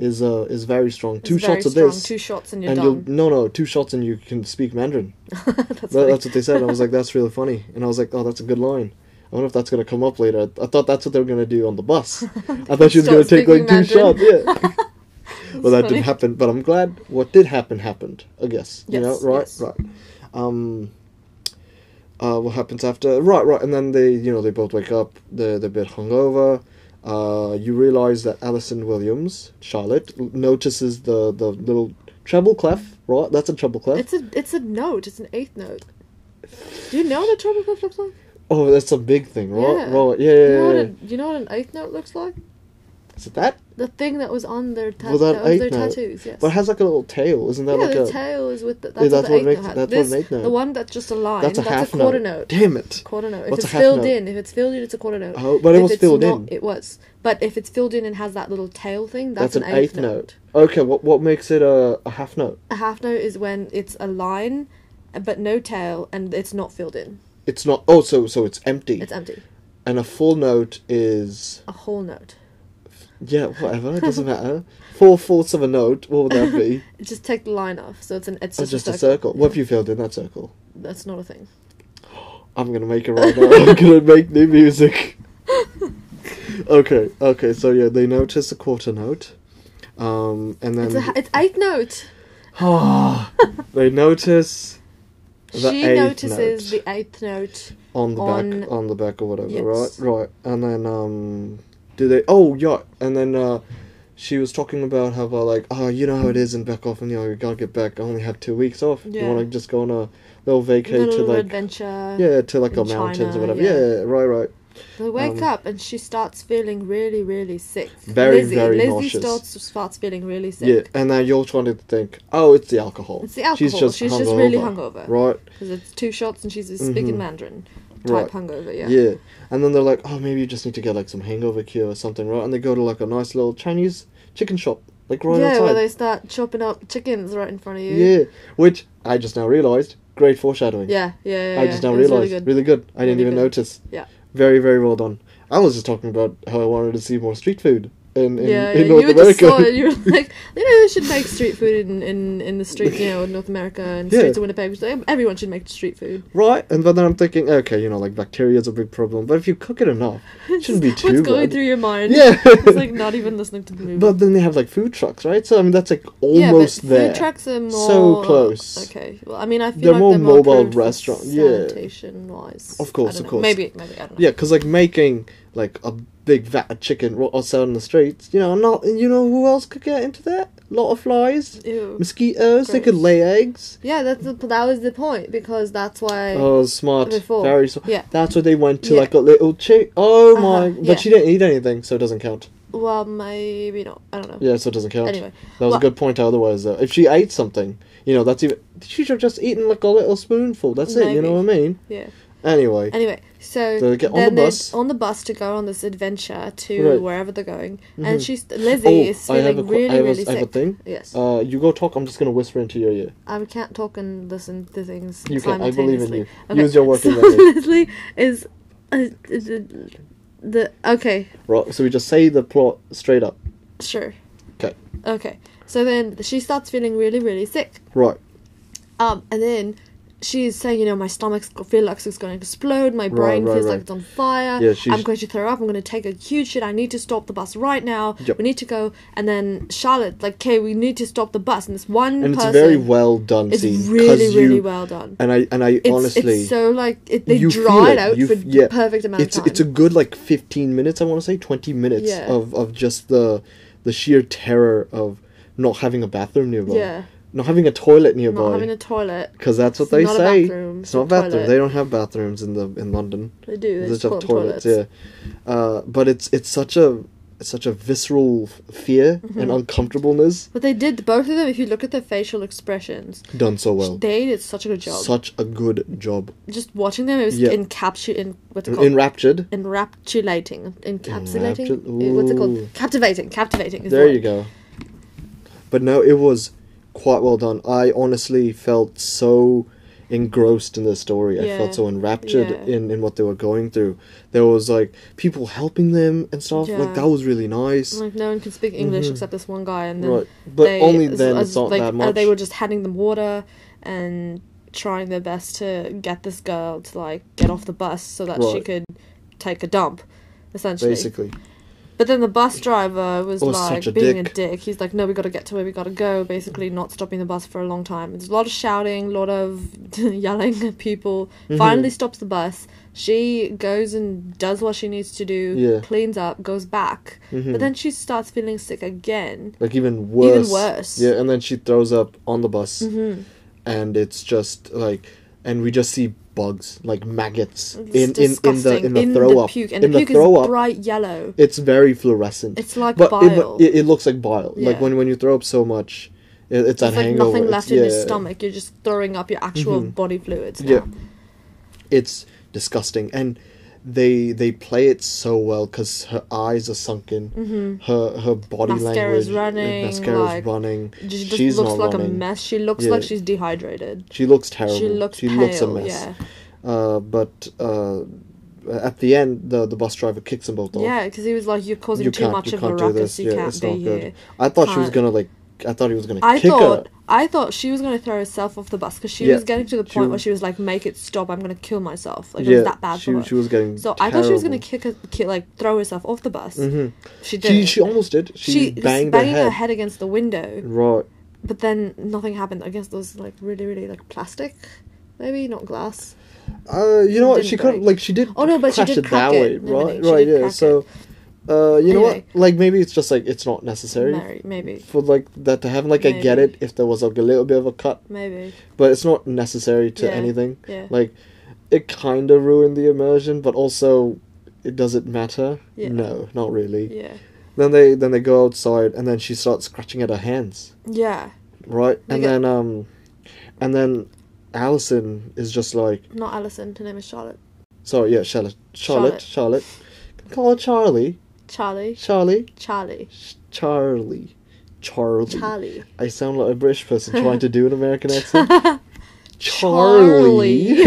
Speaker 1: is uh is very strong. two
Speaker 2: It's very
Speaker 1: shots of
Speaker 2: strong,
Speaker 1: this,
Speaker 2: two shots and you're
Speaker 1: and
Speaker 2: done
Speaker 1: you'll no no two shots and you can speak Mandarin.
Speaker 2: that's
Speaker 1: That,
Speaker 2: funny.
Speaker 1: that's what they said. I was like, that's really funny, and I was like, oh, that's a good line. I wonder if that's gonna come up later. I, I thought that's what they were gonna do on the bus. I thought she was gonna
Speaker 2: Start
Speaker 1: take like
Speaker 2: speaking
Speaker 1: two shots.
Speaker 2: Mandarin.
Speaker 1: Yeah. well, that
Speaker 2: funny.
Speaker 1: didn't happen, but I'm glad what did happen happened. I guess you know,
Speaker 2: Yes,
Speaker 1: right,
Speaker 2: yes.
Speaker 1: right. Um, uh, what happens after? Right, right, and then they, you know, they both wake up. They're they're a bit hungover. Uh, you realize that Alison Williams, Charlotte, l- notices the the little treble clef. Right, that's a treble clef.
Speaker 2: it's a it's a note it's an eighth note do you know what a treble clef looks like
Speaker 1: oh, that's a big thing, right?
Speaker 2: Yeah.
Speaker 1: Right, yeah,
Speaker 2: Do
Speaker 1: yeah,
Speaker 2: you know what
Speaker 1: yeah,
Speaker 2: a, you know what an eighth note looks like
Speaker 1: Is it that?
Speaker 2: the thing that was on their ta-
Speaker 1: Well, that
Speaker 2: that was their
Speaker 1: eighth note.
Speaker 2: tattoos yes
Speaker 1: But it has like a little tail, isn't that
Speaker 2: yeah,
Speaker 1: like
Speaker 2: the
Speaker 1: a?
Speaker 2: tail is with the, that's,
Speaker 1: Yeah, that's
Speaker 2: what
Speaker 1: what
Speaker 2: the
Speaker 1: makes-
Speaker 2: eighth note had.
Speaker 1: that's what
Speaker 2: this,
Speaker 1: an eighth note.
Speaker 2: The one that's just a line.
Speaker 1: That's
Speaker 2: That's
Speaker 1: a
Speaker 2: a,
Speaker 1: half
Speaker 2: quarter
Speaker 1: note.
Speaker 2: note.
Speaker 1: Damn it.
Speaker 2: Quarter note.
Speaker 1: What's
Speaker 2: if
Speaker 1: a
Speaker 2: it's
Speaker 1: half
Speaker 2: filled
Speaker 1: note?
Speaker 2: in, if it's filled in, it's a quarter note.
Speaker 1: Oh, but it
Speaker 2: If
Speaker 1: was
Speaker 2: it's
Speaker 1: filled
Speaker 2: not,
Speaker 1: in.
Speaker 2: It was. But if it's filled in and has that little tail thing, that's, an, eighth, note.
Speaker 1: Okay, what what makes it a, a half note?
Speaker 2: A half note is when it's a line but no tail, and it's not filled in.
Speaker 1: It's not. Oh, so so it's empty.
Speaker 2: It's empty.
Speaker 1: and a full note is
Speaker 2: A whole note.
Speaker 1: yeah, whatever. It doesn't matter. Four fourths of a note. What would that be?
Speaker 2: Just take the line off, so it's an it's
Speaker 1: That's
Speaker 2: just,
Speaker 1: Oh, just
Speaker 2: a,
Speaker 1: a
Speaker 2: circle.
Speaker 1: circle. What have you filled in that circle?
Speaker 2: That's not a thing.
Speaker 1: I'm gonna make it right now. I'm gonna make new music. okay, okay. So yeah, they notice a quarter note, um, and then
Speaker 2: It's a, it's eighth note.
Speaker 1: they notice the
Speaker 2: she
Speaker 1: eighth
Speaker 2: notices
Speaker 1: note
Speaker 2: the eighth note.
Speaker 1: on the
Speaker 2: on-
Speaker 1: back on the back or whatever.
Speaker 2: Yes.
Speaker 1: Right, right. And then um, do they? Oh yeah. And then uh, she was talking about how uh, like oh you know how it is in back off and you know you gotta get back. I only have two weeks off. You
Speaker 2: Yeah.
Speaker 1: want to just go on a little vacay to
Speaker 2: little
Speaker 1: like
Speaker 2: adventure.
Speaker 1: yeah to like the
Speaker 2: in
Speaker 1: mountains
Speaker 2: China,
Speaker 1: or whatever.
Speaker 2: yeah.
Speaker 1: yeah right, right.
Speaker 2: They wake
Speaker 1: Um,
Speaker 2: up and she starts feeling really, really sick.
Speaker 1: Very,
Speaker 2: Lizzie,
Speaker 1: very
Speaker 2: Lizzie
Speaker 1: nauseous.
Speaker 2: starts starts feeling really sick.
Speaker 1: Yeah, and now you're trying to think, oh, it's the alcohol.
Speaker 2: It's the alcohol. She's just really hungover.
Speaker 1: Right,
Speaker 2: Because it's two shots and she's speaking
Speaker 1: Mhm.
Speaker 2: Mandarin
Speaker 1: Right.
Speaker 2: type hungover,
Speaker 1: yeah.
Speaker 2: yeah.
Speaker 1: And then they're like, oh, maybe you just need to get like some hangover cure or something, right? And they go to like a nice little Chinese chicken shop, like right
Speaker 2: yeah, where
Speaker 1: outside.
Speaker 2: they start chopping up chickens right in front of you.
Speaker 1: Yeah, which I just now realised, great foreshadowing.
Speaker 2: yeah, yeah. yeah,
Speaker 1: I
Speaker 2: yeah.
Speaker 1: just now
Speaker 2: It was
Speaker 1: realised, really,
Speaker 2: good.
Speaker 1: good. I didn't
Speaker 2: Really
Speaker 1: even
Speaker 2: good.
Speaker 1: notice.
Speaker 2: Yeah.
Speaker 1: Very, very well done. I was just talking about how I wanted to see more street food in, in,
Speaker 2: yeah,
Speaker 1: in North
Speaker 2: yeah. you were
Speaker 1: America.
Speaker 2: just saw it. You were like, you know, they should make street food in, in, in the streets, you know, in North America and
Speaker 1: Yeah.
Speaker 2: streets of Winnipeg. So Everyone should make street food.
Speaker 1: Right, and but then I'm thinking, okay, you know, like bacteria is a big problem, but if you cook it enough, it shouldn't be too
Speaker 2: What's
Speaker 1: bad.
Speaker 2: going through your mind?
Speaker 1: Yeah.
Speaker 2: it's like not even listening to the movie.
Speaker 1: But then they have like food trucks, right? So I mean, that's like
Speaker 2: yeah, but
Speaker 1: almost there.
Speaker 2: Food trucks are more
Speaker 1: close.
Speaker 2: Okay, well, I mean, I feel
Speaker 1: They're
Speaker 2: like
Speaker 1: more
Speaker 2: they're more
Speaker 1: mobile
Speaker 2: approved for
Speaker 1: restaurant, yeah.
Speaker 2: sanitation wise.
Speaker 1: Of course, of course.
Speaker 2: Maybe, maybe I don't know.
Speaker 1: Yeah, because like making like a big vat of chicken ro- or sell in the streets, you know, not you know who else could get into that? lot of flies,
Speaker 2: Ew.
Speaker 1: mosquitoes. They could lay eggs.
Speaker 2: Yeah, that's the, that was the point because that's why.
Speaker 1: Oh, smart!
Speaker 2: Before.
Speaker 1: Very smart.
Speaker 2: Yeah.
Speaker 1: That's where they went to
Speaker 2: Yeah.
Speaker 1: like a little chick. Oh my!
Speaker 2: Uh-huh,
Speaker 1: But
Speaker 2: yeah.
Speaker 1: she didn't eat anything, so it doesn't count.
Speaker 2: Well, maybe not. I don't know.
Speaker 1: Yeah, so it doesn't count.
Speaker 2: Anyway,
Speaker 1: that was
Speaker 2: well-
Speaker 1: a good point. Otherwise, though, if she ate something, you know, that's even she should have just eaten like a little spoonful. That's it. You know what I mean?
Speaker 2: Yeah.
Speaker 1: Anyway,
Speaker 2: Anyway, so
Speaker 1: So they get on
Speaker 2: then
Speaker 1: the
Speaker 2: they're
Speaker 1: bus.
Speaker 2: on the bus to go on this adventure to
Speaker 1: Right.
Speaker 2: wherever they're going,
Speaker 1: Mhm.
Speaker 2: and she's Lizzie
Speaker 1: Oh,
Speaker 2: is
Speaker 1: I
Speaker 2: feeling
Speaker 1: have a qu- I
Speaker 2: really,
Speaker 1: have a-
Speaker 2: really
Speaker 1: I
Speaker 2: sick.
Speaker 1: have a thing.
Speaker 2: Yes,
Speaker 1: Uh, you go talk. I'm just gonna whisper into your ear.
Speaker 2: I can't talk and listen to things
Speaker 1: You can. I
Speaker 2: simultaneously.
Speaker 1: believe in you. Use your working
Speaker 2: so
Speaker 1: memory.
Speaker 2: Leslie is uh, the, the okay,
Speaker 1: Right. So we just say the plot straight up.
Speaker 2: sure,
Speaker 1: Okay.
Speaker 2: okay. So then she starts feeling really, really sick.
Speaker 1: Right.
Speaker 2: Um, and then she's saying, you know, my stomach's go- feel like it's going to explode. My brain
Speaker 1: right,
Speaker 2: feels
Speaker 1: right.
Speaker 2: like it's on fire.
Speaker 1: Yeah, she's-
Speaker 2: I'm going to throw up. I'm going to take a huge shit. I need to stop the bus right now.
Speaker 1: Yep.
Speaker 2: We need to go. And then Charlotte, like, okay, we need to stop the bus. And this one
Speaker 1: And it's
Speaker 2: person,
Speaker 1: a very well done
Speaker 2: it's
Speaker 1: scene. 'cause
Speaker 2: really,
Speaker 1: you,
Speaker 2: really well done.
Speaker 1: And I and I
Speaker 2: It's,
Speaker 1: honestly.
Speaker 2: it's so like it, they
Speaker 1: you feel
Speaker 2: draw it out
Speaker 1: You
Speaker 2: for
Speaker 1: f- yeah.
Speaker 2: the perfect amount
Speaker 1: it's,
Speaker 2: of time.
Speaker 1: It's a good like 15 minutes, I want to say, 20 minutes
Speaker 2: Yeah.
Speaker 1: of, of just the the sheer terror of not having a bathroom nearby.
Speaker 2: Yeah.
Speaker 1: Not having a toilet
Speaker 2: not having
Speaker 1: nearby.
Speaker 2: a toilet.
Speaker 1: Because that's what
Speaker 2: It's
Speaker 1: they
Speaker 2: not a
Speaker 1: say.
Speaker 2: bathroom,
Speaker 1: it's
Speaker 2: it's a
Speaker 1: not a bathroom.
Speaker 2: toilet.
Speaker 1: They don't have bathrooms in the in London.
Speaker 2: They do. They
Speaker 1: They just
Speaker 2: just
Speaker 1: have
Speaker 2: call them
Speaker 1: toilets, yeah. Uh, but it's it's such a it's such a visceral f- fear
Speaker 2: Mm-hmm.
Speaker 1: and uncomfortableness
Speaker 2: But they did both of them. If you look at their facial expressions,
Speaker 1: done so well.
Speaker 2: they did such a good job.
Speaker 1: Such a good job.
Speaker 2: just watching them, it was
Speaker 1: Yeah.
Speaker 2: encapsulating. In, what's it called?
Speaker 1: Enraptured.
Speaker 2: enraptulating, encapsulating.
Speaker 1: Enraptu-
Speaker 2: Uh, What's it
Speaker 1: ooh.
Speaker 2: called? Captivating, captivating. Is
Speaker 1: There
Speaker 2: what-
Speaker 1: you go. But no, it was quite well done. I honestly felt so engrossed in the story. I
Speaker 2: Yeah.
Speaker 1: felt so enraptured
Speaker 2: Yeah.
Speaker 1: in, in what they were going through. There was like people helping them and stuff.
Speaker 2: Yeah.
Speaker 1: Like that was really nice.
Speaker 2: Like no one can speak English except this one guy, and then
Speaker 1: Mm-hmm. right. But
Speaker 2: they-
Speaker 1: only
Speaker 2: as-
Speaker 1: then
Speaker 2: as-
Speaker 1: it's not
Speaker 2: like,
Speaker 1: that
Speaker 2: uh,
Speaker 1: much.
Speaker 2: They were just handing them water and trying their best to get this girl to like get off the bus so that she
Speaker 1: Right.
Speaker 2: could take a dump, essentially.
Speaker 1: basically.
Speaker 2: But then the bus driver was
Speaker 1: Was
Speaker 2: like
Speaker 1: Oh, such a
Speaker 2: being
Speaker 1: dick.
Speaker 2: a dick. He's like, "No, we got to get to where we got to go." Basically, not stopping the bus for a long time. There's a lot of shouting, a lot of yelling at people.
Speaker 1: Mm-hmm.
Speaker 2: Finally, stops the bus. She goes and does what she needs to do.
Speaker 1: Yeah. Mm-hmm.
Speaker 2: cleans up, goes back. But then she starts feeling sick again.
Speaker 1: Like even worse.
Speaker 2: worse. Mm-hmm.
Speaker 1: Yeah, and then she throws up on the bus. And it's just like and we just see bugs, like maggots
Speaker 2: It's
Speaker 1: in, in, in the
Speaker 2: disgusting.
Speaker 1: in the throw up.
Speaker 2: puke, and
Speaker 1: in
Speaker 2: the
Speaker 1: the
Speaker 2: puke
Speaker 1: throw
Speaker 2: is
Speaker 1: up
Speaker 2: bright yellow.
Speaker 1: it's very fluorescent.
Speaker 2: It's like
Speaker 1: but it-
Speaker 2: bile.
Speaker 1: It, it, looks like bile. Like
Speaker 2: Yeah.
Speaker 1: when, when you throw up so much, it, it's that
Speaker 2: It's like
Speaker 1: hangover.
Speaker 2: nothing
Speaker 1: It's-
Speaker 2: left in your
Speaker 1: yeah. Mm-hmm.
Speaker 2: stomach. You're just throwing up your actual body fluids. Now.
Speaker 1: Yeah. It's disgusting, and they they play it so well because her eyes are sunken, her her body
Speaker 2: Mm-hmm.
Speaker 1: language,
Speaker 2: Mascara's
Speaker 1: uh,
Speaker 2: running,
Speaker 1: mascara's
Speaker 2: like,
Speaker 1: running.
Speaker 2: She just
Speaker 1: She's
Speaker 2: looks
Speaker 1: not
Speaker 2: like a
Speaker 1: running.
Speaker 2: mess. She looks
Speaker 1: Yeah.
Speaker 2: like she's dehydrated.
Speaker 1: She looks terrible.
Speaker 2: She looks
Speaker 1: She
Speaker 2: pale.
Speaker 1: looks a mess.
Speaker 2: Yeah,
Speaker 1: Uh, but uh, at the end, the the bus driver kicks them both off.
Speaker 2: yeah, because he was like, "You're causing too much of a
Speaker 1: do
Speaker 2: ruckus. You
Speaker 1: Yeah,
Speaker 2: can't
Speaker 1: it's
Speaker 2: be
Speaker 1: not
Speaker 2: here."
Speaker 1: good. I thought she was
Speaker 2: Can't-
Speaker 1: gonna like. I thought he was gonna
Speaker 2: I
Speaker 1: kick
Speaker 2: thought
Speaker 1: her.
Speaker 2: I thought she was going to throw herself off the bus because she
Speaker 1: Yeah,
Speaker 2: was getting to the
Speaker 1: she
Speaker 2: point
Speaker 1: was-
Speaker 2: where she was like, "Make it stop! I'm going to kill myself." Like it
Speaker 1: yeah,
Speaker 2: was that bad
Speaker 1: she,
Speaker 2: for her.
Speaker 1: she was getting.
Speaker 2: so I thought she was going
Speaker 1: terrible.
Speaker 2: to kick, her, kick, like throw herself off the bus.
Speaker 1: Mhm.
Speaker 2: She did.
Speaker 1: She she almost did. She,
Speaker 2: she was
Speaker 1: banged her
Speaker 2: banging
Speaker 1: head.
Speaker 2: against the window,
Speaker 1: Right.
Speaker 2: but then nothing happened. I guess there was like really, really like plastic, maybe not glass.
Speaker 1: Uh, you know what?
Speaker 2: Didn't
Speaker 1: She kind of
Speaker 2: break.
Speaker 1: like she did.
Speaker 2: Oh, no, but she
Speaker 1: crash
Speaker 2: did
Speaker 1: it that
Speaker 2: crack it.
Speaker 1: way,
Speaker 2: No, no,
Speaker 1: right?
Speaker 2: no, she
Speaker 1: right.
Speaker 2: did
Speaker 1: Yeah.
Speaker 2: crack
Speaker 1: So, uh, you know
Speaker 2: Anyway.
Speaker 1: what? Like maybe it's just like it's not necessary
Speaker 2: Mary, maybe,
Speaker 1: for like that to happen. Like I get
Speaker 2: Maybe.
Speaker 1: it if there was like a little bit of a cut,
Speaker 2: maybe,
Speaker 1: but it's not necessary to
Speaker 2: Yeah,
Speaker 1: anything.
Speaker 2: yeah.
Speaker 1: Like, it kind of ruined the immersion, but also, it does it matter?
Speaker 2: Yeah.
Speaker 1: No, not really.
Speaker 2: yeah,
Speaker 1: Then they then they go outside, and then she starts scratching at her hands,
Speaker 2: yeah.
Speaker 1: right? And
Speaker 2: Okay.
Speaker 1: then um, and then Allison is just like,
Speaker 2: Not Alison. Her name is Charlotte.
Speaker 1: sorry, yeah, Charlotte, Charlotte, Charlotte. Call her Charlie,
Speaker 2: Charlie,
Speaker 1: Charlie,
Speaker 2: Charlie,
Speaker 1: Sh- Charlie, Charlie.
Speaker 2: Charlie.
Speaker 1: I sound like a British person trying to do an American accent. Charlie.
Speaker 2: Charlie.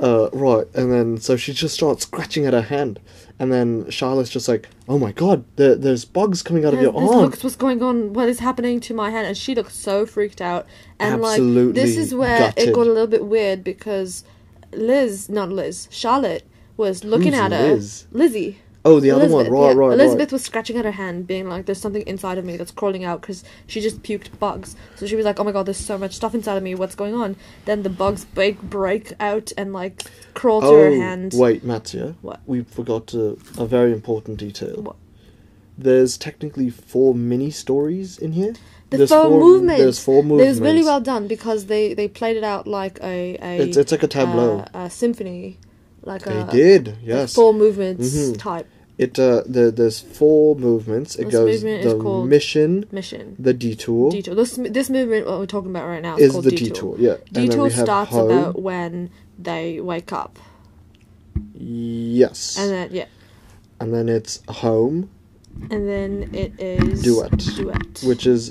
Speaker 1: uh, right, and then so she just starts scratching at her hand, and then Charlotte's just like, "Oh my god, there, there's bugs coming out of your
Speaker 2: this
Speaker 1: arm."
Speaker 2: looks what's going on what is happening to my hand and she looked so freaked out and like
Speaker 1: Absolutely
Speaker 2: this is where
Speaker 1: gutted.
Speaker 2: it got a little bit weird because liz not liz charlotte was looking
Speaker 1: Who's
Speaker 2: at
Speaker 1: Liz?
Speaker 2: her lizzie
Speaker 1: oh, the other
Speaker 2: Elizabeth,
Speaker 1: one, right,
Speaker 2: yeah.
Speaker 1: right,
Speaker 2: Elizabeth
Speaker 1: right.
Speaker 2: was scratching at her hand, being like, "There's something inside of me that's crawling out," because she just puked bugs. So she was like, "Oh my god, there's so much stuff inside of me. What's going on?" Then the bugs break break out and like crawl to her hand.
Speaker 1: Oh, wait, Mattia,
Speaker 2: What?
Speaker 1: we forgot a, a very important detail.
Speaker 2: What?
Speaker 1: There's technically four mini stories in here.
Speaker 2: The
Speaker 1: there's
Speaker 2: four, movements.
Speaker 1: There's four
Speaker 2: It was
Speaker 1: movements.
Speaker 2: really well done because they they played it out like a a
Speaker 1: It's, it's like a tableau.
Speaker 2: uh, a symphony, like
Speaker 1: they
Speaker 2: a
Speaker 1: did,
Speaker 2: like
Speaker 1: yes.
Speaker 2: four movements
Speaker 1: Mhm.
Speaker 2: type
Speaker 1: It uh, the, there's four movements. It
Speaker 2: This
Speaker 1: goes
Speaker 2: movement
Speaker 1: the
Speaker 2: is called-
Speaker 1: mission,
Speaker 2: mission.
Speaker 1: the detour,
Speaker 2: Detour. This this movement what we're talking about right now is,
Speaker 1: is
Speaker 2: called
Speaker 1: the
Speaker 2: detour.
Speaker 1: detour. Yeah,
Speaker 2: Detour starts
Speaker 1: home.
Speaker 2: about when they wake up,
Speaker 1: yes,
Speaker 2: and then yeah,
Speaker 1: and then it's home,
Speaker 2: and then it is
Speaker 1: Duet.
Speaker 2: Duet,
Speaker 1: which is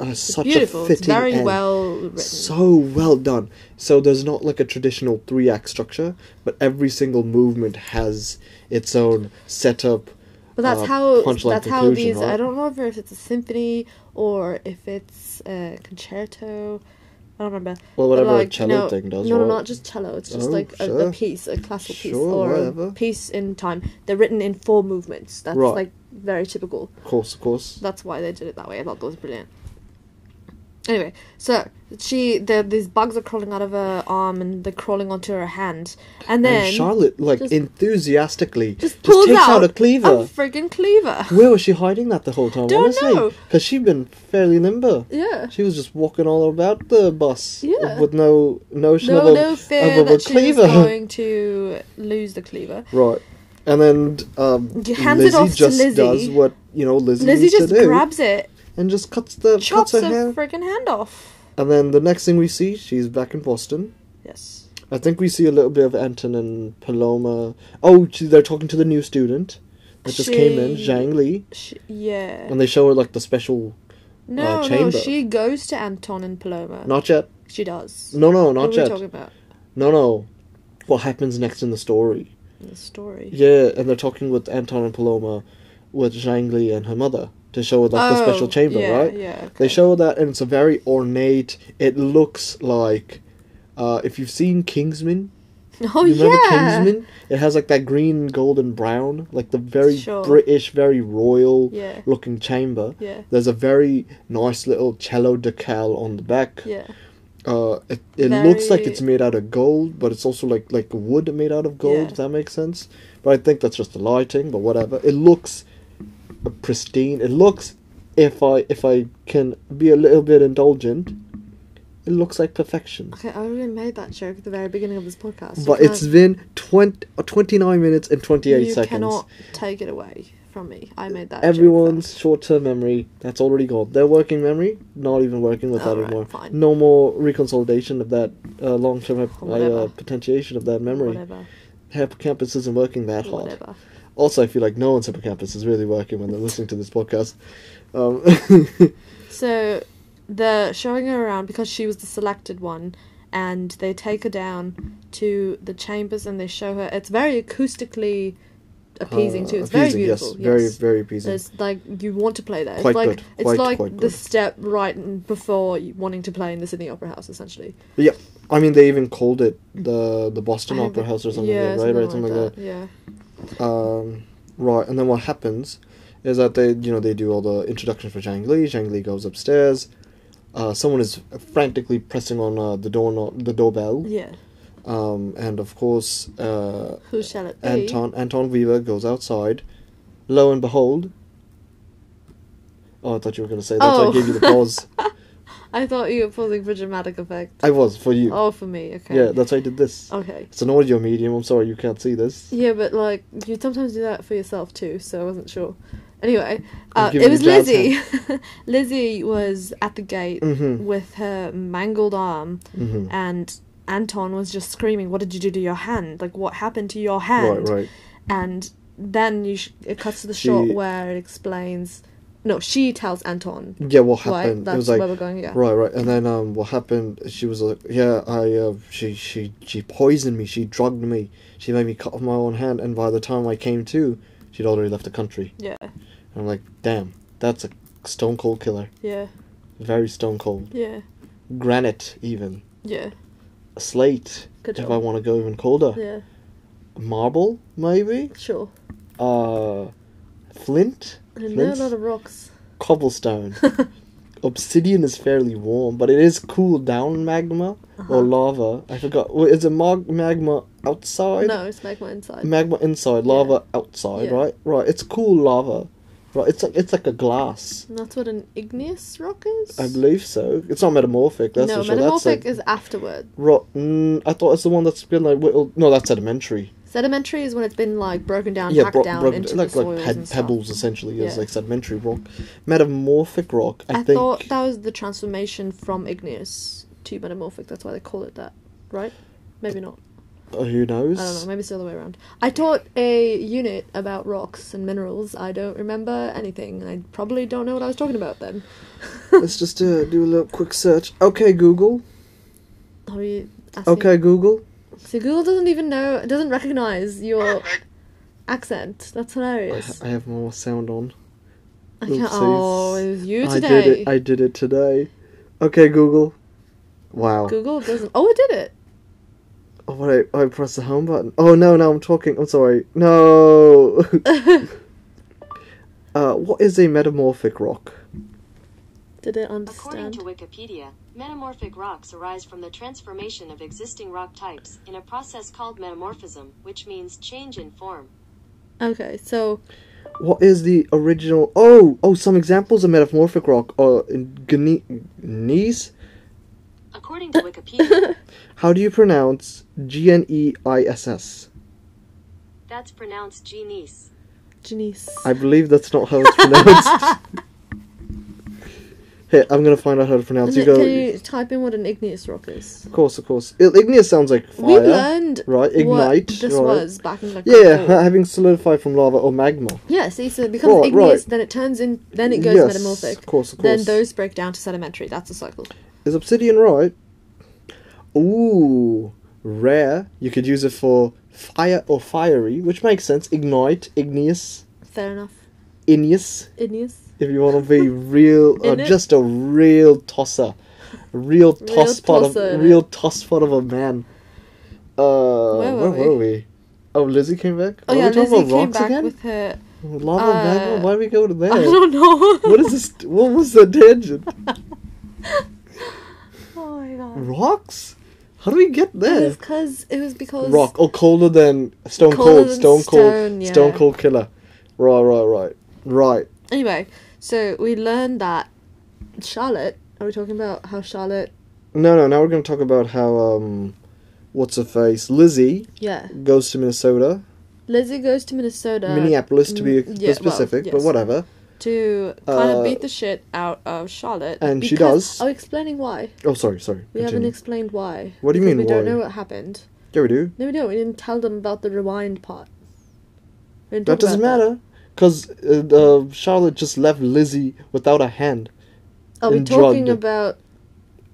Speaker 1: uh,
Speaker 2: It's
Speaker 1: such
Speaker 2: beautiful.
Speaker 1: a
Speaker 2: It's
Speaker 1: fitting
Speaker 2: very
Speaker 1: end.
Speaker 2: well written.
Speaker 1: So well done. So there's not like a traditional three act structure, but every single movement has its own setup.
Speaker 2: But that's
Speaker 1: uh,
Speaker 2: how
Speaker 1: punchline
Speaker 2: that's how
Speaker 1: conclusion,
Speaker 2: these. I
Speaker 1: right?
Speaker 2: don't know if it's a symphony or if it's a concerto. I don't remember.
Speaker 1: Well, whatever
Speaker 2: But,
Speaker 1: a
Speaker 2: like,
Speaker 1: cello
Speaker 2: no,
Speaker 1: thing does,
Speaker 2: No, no,
Speaker 1: right?
Speaker 2: not just cello. It's just
Speaker 1: Oh,
Speaker 2: like a,
Speaker 1: sure.
Speaker 2: a piece, a classical piece,
Speaker 1: Sure,
Speaker 2: or
Speaker 1: whatever.
Speaker 2: a piece in time. They're written in four movements. That's
Speaker 1: Right.
Speaker 2: like very typical.
Speaker 1: Of course, of course.
Speaker 2: That's why they did it that way. I thought that was brilliant. Anyway, so she the these bugs are crawling out of her arm and they're crawling onto her hand, and then
Speaker 1: and Charlotte like
Speaker 2: just-
Speaker 1: enthusiastically
Speaker 2: just pulls
Speaker 1: takes out,
Speaker 2: out,
Speaker 1: a cleaver.
Speaker 2: a freaking cleaver.
Speaker 1: Where was she hiding that the whole time?
Speaker 2: Don't know.
Speaker 1: honestly, because she'd been fairly limber.
Speaker 2: yeah.
Speaker 1: She was just walking all about the bus
Speaker 2: Yeah.
Speaker 1: with no notion
Speaker 2: No,
Speaker 1: of a,
Speaker 2: no fear
Speaker 1: of a
Speaker 2: that she's
Speaker 1: cleaver.
Speaker 2: going to lose the cleaver.
Speaker 1: Right. And then um,
Speaker 2: You hand it
Speaker 1: Lizzie
Speaker 2: off to
Speaker 1: just
Speaker 2: Lizzie.
Speaker 1: does what you know Lizzie,
Speaker 2: Lizzie
Speaker 1: needs
Speaker 2: just
Speaker 1: to do
Speaker 2: grabs it,
Speaker 1: and just cuts the
Speaker 2: chops
Speaker 1: cuts her
Speaker 2: her
Speaker 1: hair.
Speaker 2: freaking hand off.
Speaker 1: and then the next thing we see, she's back in Boston.
Speaker 2: Yes.
Speaker 1: I think we see a little bit of Anton and Paloma. Oh, she, they're talking to the new student that just came in,
Speaker 2: She-
Speaker 1: Zhang Li,
Speaker 2: She, yeah.
Speaker 1: and they show her like the special.
Speaker 2: No, no,
Speaker 1: chamber.
Speaker 2: she goes to Anton and Paloma.
Speaker 1: Not yet.
Speaker 2: She does.
Speaker 1: No, no,
Speaker 2: what
Speaker 1: not
Speaker 2: are we
Speaker 1: yet.
Speaker 2: talking about?
Speaker 1: No, no. What happens next in the story?
Speaker 2: in The story.
Speaker 1: Yeah, and they're talking with Anton and Paloma, with Zhang Li and her mother to show her like the special
Speaker 2: Oh,
Speaker 1: chamber,
Speaker 2: yeah,
Speaker 1: right?
Speaker 2: Yeah.
Speaker 1: They
Speaker 2: okay.
Speaker 1: show that, and it's a very ornate. It looks like, uh, if you've seen Kingsman,
Speaker 2: Oh
Speaker 1: you remember
Speaker 2: yeah.
Speaker 1: Kingsman? It has like that green, gold, and brown, like the very
Speaker 2: Sure.
Speaker 1: British, very royal
Speaker 2: Yeah.
Speaker 1: looking chamber.
Speaker 2: Yeah.
Speaker 1: There's a very nice little cello decal on the back.
Speaker 2: Yeah.
Speaker 1: Uh, it it looks like
Speaker 2: Very-
Speaker 1: it's made out of gold, but it's also like like wood made out of gold.
Speaker 2: Yeah.
Speaker 1: If that makes sense. But I think that's just the lighting. But whatever. It looks pristine. It looks, if I if I can be a little bit indulgent, it looks like perfection.
Speaker 2: Okay, I already made that joke at the very beginning of this podcast. You
Speaker 1: But it's
Speaker 2: can't-
Speaker 1: been 20, 29 minutes and twenty eight
Speaker 2: you
Speaker 1: seconds.
Speaker 2: cannot take it away from me. I made that. joke
Speaker 1: Everyone's
Speaker 2: first.
Speaker 1: short term memory, that's already gone. Their working memory, not even working with that
Speaker 2: Alright,
Speaker 1: anymore.
Speaker 2: fine.
Speaker 1: No more reconsolidation of that uh, long term uh,
Speaker 2: Whatever.
Speaker 1: potentiation of that memory.
Speaker 2: Whatever.
Speaker 1: Hippocampus isn't working that hard.
Speaker 2: Whatever.
Speaker 1: Also, I feel like no one's hippocampus is really working when they're listening to this podcast. Um,
Speaker 2: So they're showing her around because she was the selected one, and they take her down to the chambers and they show her. It's very acoustically appeasing too.
Speaker 1: uh,
Speaker 2: It's
Speaker 1: appeasing,
Speaker 2: very beautiful.
Speaker 1: Very, very appeasing.
Speaker 2: It's like you want to play there.
Speaker 1: Quite
Speaker 2: it's like
Speaker 1: good.
Speaker 2: it's
Speaker 1: Quite-
Speaker 2: like
Speaker 1: quite
Speaker 2: the
Speaker 1: good.
Speaker 2: step right n- before you- wanting to play in the Sydney Opera House, essentially.
Speaker 1: Yeah, I mean they even called it the the Boston
Speaker 2: I
Speaker 1: Opera
Speaker 2: think-
Speaker 1: House or something,
Speaker 2: yeah,
Speaker 1: like that, right? Right, something like
Speaker 2: that. Yeah,
Speaker 1: that. Um, right, and then what happens is that they, you know, they do all the introduction for Zhang Li. Zhang Li goes upstairs. Uh, someone is frantically pressing on uh, the door, the doorbell.
Speaker 2: yeah.
Speaker 1: Um, and of course, uh,
Speaker 2: Who shall it be?
Speaker 1: Anton Anton Weaver goes outside. Lo and behold. Oh, I thought you were going to say that. so
Speaker 2: Oh.
Speaker 1: I gave you the pause.
Speaker 2: I thought you were pausing for dramatic effect.
Speaker 1: I was for you.
Speaker 2: Oh, for me. Okay.
Speaker 1: Yeah, that's why I did this.
Speaker 2: Okay.
Speaker 1: It's an audio medium. I'm sorry you can't see this.
Speaker 2: Yeah, but like you sometimes do that for yourself too, so I wasn't sure. Anyway, uh,
Speaker 1: giving
Speaker 2: it was
Speaker 1: you jazz
Speaker 2: Lizzie. Lizzie was at the gate
Speaker 1: Mhm.
Speaker 2: with her mangled arm,
Speaker 1: Mm-hmm.
Speaker 2: and Anton was just screaming, "What did you do to your hand? Like, what happened to your
Speaker 1: Right,
Speaker 2: hand?"
Speaker 1: right.
Speaker 2: And then you sh- it cuts to the
Speaker 1: She-
Speaker 2: short where it explains. No, she tells Anton.
Speaker 1: Yeah, what
Speaker 2: why-
Speaker 1: happened?
Speaker 2: that's
Speaker 1: it was like
Speaker 2: where we're going. Yeah.
Speaker 1: right, right, and then um, what happened? She was like, yeah, I uh, she she she poisoned me. She drugged me. She made me cut off my own hand. And by the time I came to, she'd already left the country.
Speaker 2: Yeah.
Speaker 1: And I'm like, damn, that's a stone cold killer.
Speaker 2: Yeah.
Speaker 1: Very stone cold.
Speaker 2: Yeah.
Speaker 1: Granite, even
Speaker 2: Yeah.
Speaker 1: slate.
Speaker 2: Good
Speaker 1: if
Speaker 2: job.
Speaker 1: I want to go even colder,
Speaker 2: Yeah.
Speaker 1: marble maybe.
Speaker 2: Sure.
Speaker 1: Uh, flint.
Speaker 2: I know a
Speaker 1: Flint's-
Speaker 2: lot of rocks.
Speaker 1: cobblestone. Obsidian is fairly warm, but it is cooled down magma
Speaker 2: Uh-huh.
Speaker 1: or lava. I forgot. Well, is it mag- magma outside?
Speaker 2: No, it's magma inside.
Speaker 1: Magma inside,
Speaker 2: Yeah.
Speaker 1: lava outside,
Speaker 2: Yeah.
Speaker 1: right? Right. It's cool lava. Right. It's like it's like a glass.
Speaker 2: And that's what an igneous rock is.
Speaker 1: I believe so. It's not metamorphic. That's
Speaker 2: no,
Speaker 1: for sure.
Speaker 2: metamorphic
Speaker 1: that's like
Speaker 2: is afterward.
Speaker 1: rotten. I thought it's the one that's been like whittled. No, that's sedimentary.
Speaker 2: Sedimentary is when it's been like broken down, hacked
Speaker 1: bro-
Speaker 2: down
Speaker 1: bro-
Speaker 2: into
Speaker 1: like
Speaker 2: the soils
Speaker 1: like pe-
Speaker 2: and stuff.
Speaker 1: pebbles essentially is
Speaker 2: Yeah.
Speaker 1: like sedimentary rock. Metamorphic rock. I,
Speaker 2: I
Speaker 1: think.
Speaker 2: thought that was the transformation from igneous to metamorphic. That's why they call it that, right? Maybe not.
Speaker 1: Oh, who
Speaker 2: I
Speaker 1: knows?
Speaker 2: don't know. Maybe it's the other way around. I taught a unit about rocks and minerals. I don't remember anything. I probably don't know what I was talking about then.
Speaker 1: Let's just uh, do a little quick search. Okay, Google.
Speaker 2: Are you asking?
Speaker 1: Okay, Google.
Speaker 2: So Google doesn't even know, doesn't recognize your accent. That's hilarious.
Speaker 1: I have more sound on.
Speaker 2: I can't.
Speaker 1: Oopsies.
Speaker 2: Oh, it was you
Speaker 1: I
Speaker 2: today.
Speaker 1: did it. I did it today. Okay, Google. Wow.
Speaker 2: Google doesn't. Oh, it did it.
Speaker 1: Oh, wait, I pressed the home button. Oh no, now I'm talking. I'm sorry. No. uh, what is a metamorphic rock?
Speaker 2: Did it
Speaker 3: According
Speaker 2: understand?
Speaker 3: to Wikipedia, metamorphic rocks arise from the transformation of existing rock types in a process called metamorphism, which means change in form.
Speaker 2: Okay, so
Speaker 1: What is the original? Oh, oh, some examples of metamorphic rock are Gne- Gneiss.
Speaker 3: According to Wikipedia,
Speaker 1: How do you pronounce G N E I S S?
Speaker 3: that's pronounced genies.
Speaker 2: Janice.
Speaker 1: I believe that's not how it's pronounced. hey, I'm gonna find out how to pronounce.
Speaker 2: Is
Speaker 1: You
Speaker 2: it-
Speaker 1: go.
Speaker 2: Can you type in what an igneous rock is?
Speaker 1: Of course, of course. I- Igneous sounds like
Speaker 2: We
Speaker 1: fire.
Speaker 2: learned
Speaker 1: right,
Speaker 2: what
Speaker 1: ignite,
Speaker 2: this
Speaker 1: right.
Speaker 2: was Oh. back in like
Speaker 1: yeah, yeah,
Speaker 2: before.
Speaker 1: ha- having solidified from lava or magma.
Speaker 2: yeah. See, so it becomes
Speaker 1: Right,
Speaker 2: igneous,
Speaker 1: right.
Speaker 2: then it turns in, then it goes
Speaker 1: Yes,
Speaker 2: metamorphic.
Speaker 1: of course, of
Speaker 2: Then
Speaker 1: course.
Speaker 2: those break down to sedimentary. That's the cycle.
Speaker 1: Is obsidian right? Ooh, rare. You could use it for fire or fiery, which makes sense. Ignite, igneous,
Speaker 2: Fair enough.
Speaker 1: igneous.
Speaker 2: Igneous.
Speaker 1: If you want to be real, uh,
Speaker 2: Innit?
Speaker 1: just a real tosser, a real toss pot of
Speaker 2: tosser, innit?
Speaker 1: real toss pot of a man. Uh,
Speaker 2: Where
Speaker 1: where
Speaker 2: were
Speaker 1: were,
Speaker 2: we?
Speaker 1: we? Oh, Lizzie came back.
Speaker 2: Oh
Speaker 1: Are
Speaker 2: yeah,
Speaker 1: we talking
Speaker 2: Lizzie
Speaker 1: about
Speaker 2: came
Speaker 1: rocks
Speaker 2: back
Speaker 1: again?
Speaker 2: with her.
Speaker 1: Lava,
Speaker 2: uh,
Speaker 1: magma. Why do we go to
Speaker 2: I
Speaker 1: there?
Speaker 2: don't know.
Speaker 1: What is this? What was the tangent?
Speaker 2: Oh my god.
Speaker 1: Rocks? How do we get
Speaker 2: It
Speaker 1: there?
Speaker 2: was because it was because
Speaker 1: Rock. Oh, colder than Stone
Speaker 2: Colder
Speaker 1: Cold.
Speaker 2: than
Speaker 1: Stone Cold.
Speaker 2: stone, yeah.
Speaker 1: Stone Cold Killer. Right, right, right, right.
Speaker 2: Anyway, so we learned that Charlotte. Are we talking about how Charlotte?
Speaker 1: No, no. Now we're going to talk about how um, what's her face, Lizzie
Speaker 2: Yeah.
Speaker 1: goes to Minnesota
Speaker 2: Lizzie goes to Minnesota.
Speaker 1: Minneapolis to be
Speaker 2: Mm, yeah, well,
Speaker 1: specific, but
Speaker 2: yes.
Speaker 1: whatever.
Speaker 2: To kind
Speaker 1: Uh,
Speaker 2: of beat the shit out of Charlotte.
Speaker 1: and she
Speaker 2: because-
Speaker 1: does.
Speaker 2: Oh, explaining why.
Speaker 1: Oh, sorry, sorry.
Speaker 2: We
Speaker 1: Continue.
Speaker 2: haven't explained why.
Speaker 1: What do you
Speaker 2: Because
Speaker 1: mean,
Speaker 2: We don't
Speaker 1: why?
Speaker 2: know what happened.
Speaker 1: yeah, we do.
Speaker 2: No, we don't. We didn't tell them about the rewind part. We didn't
Speaker 1: That
Speaker 2: talk about
Speaker 1: doesn't matter, because uh, uh, Charlotte just left Lizzie without a hand.
Speaker 2: Are we
Speaker 1: and
Speaker 2: talking
Speaker 1: drugged.
Speaker 2: about?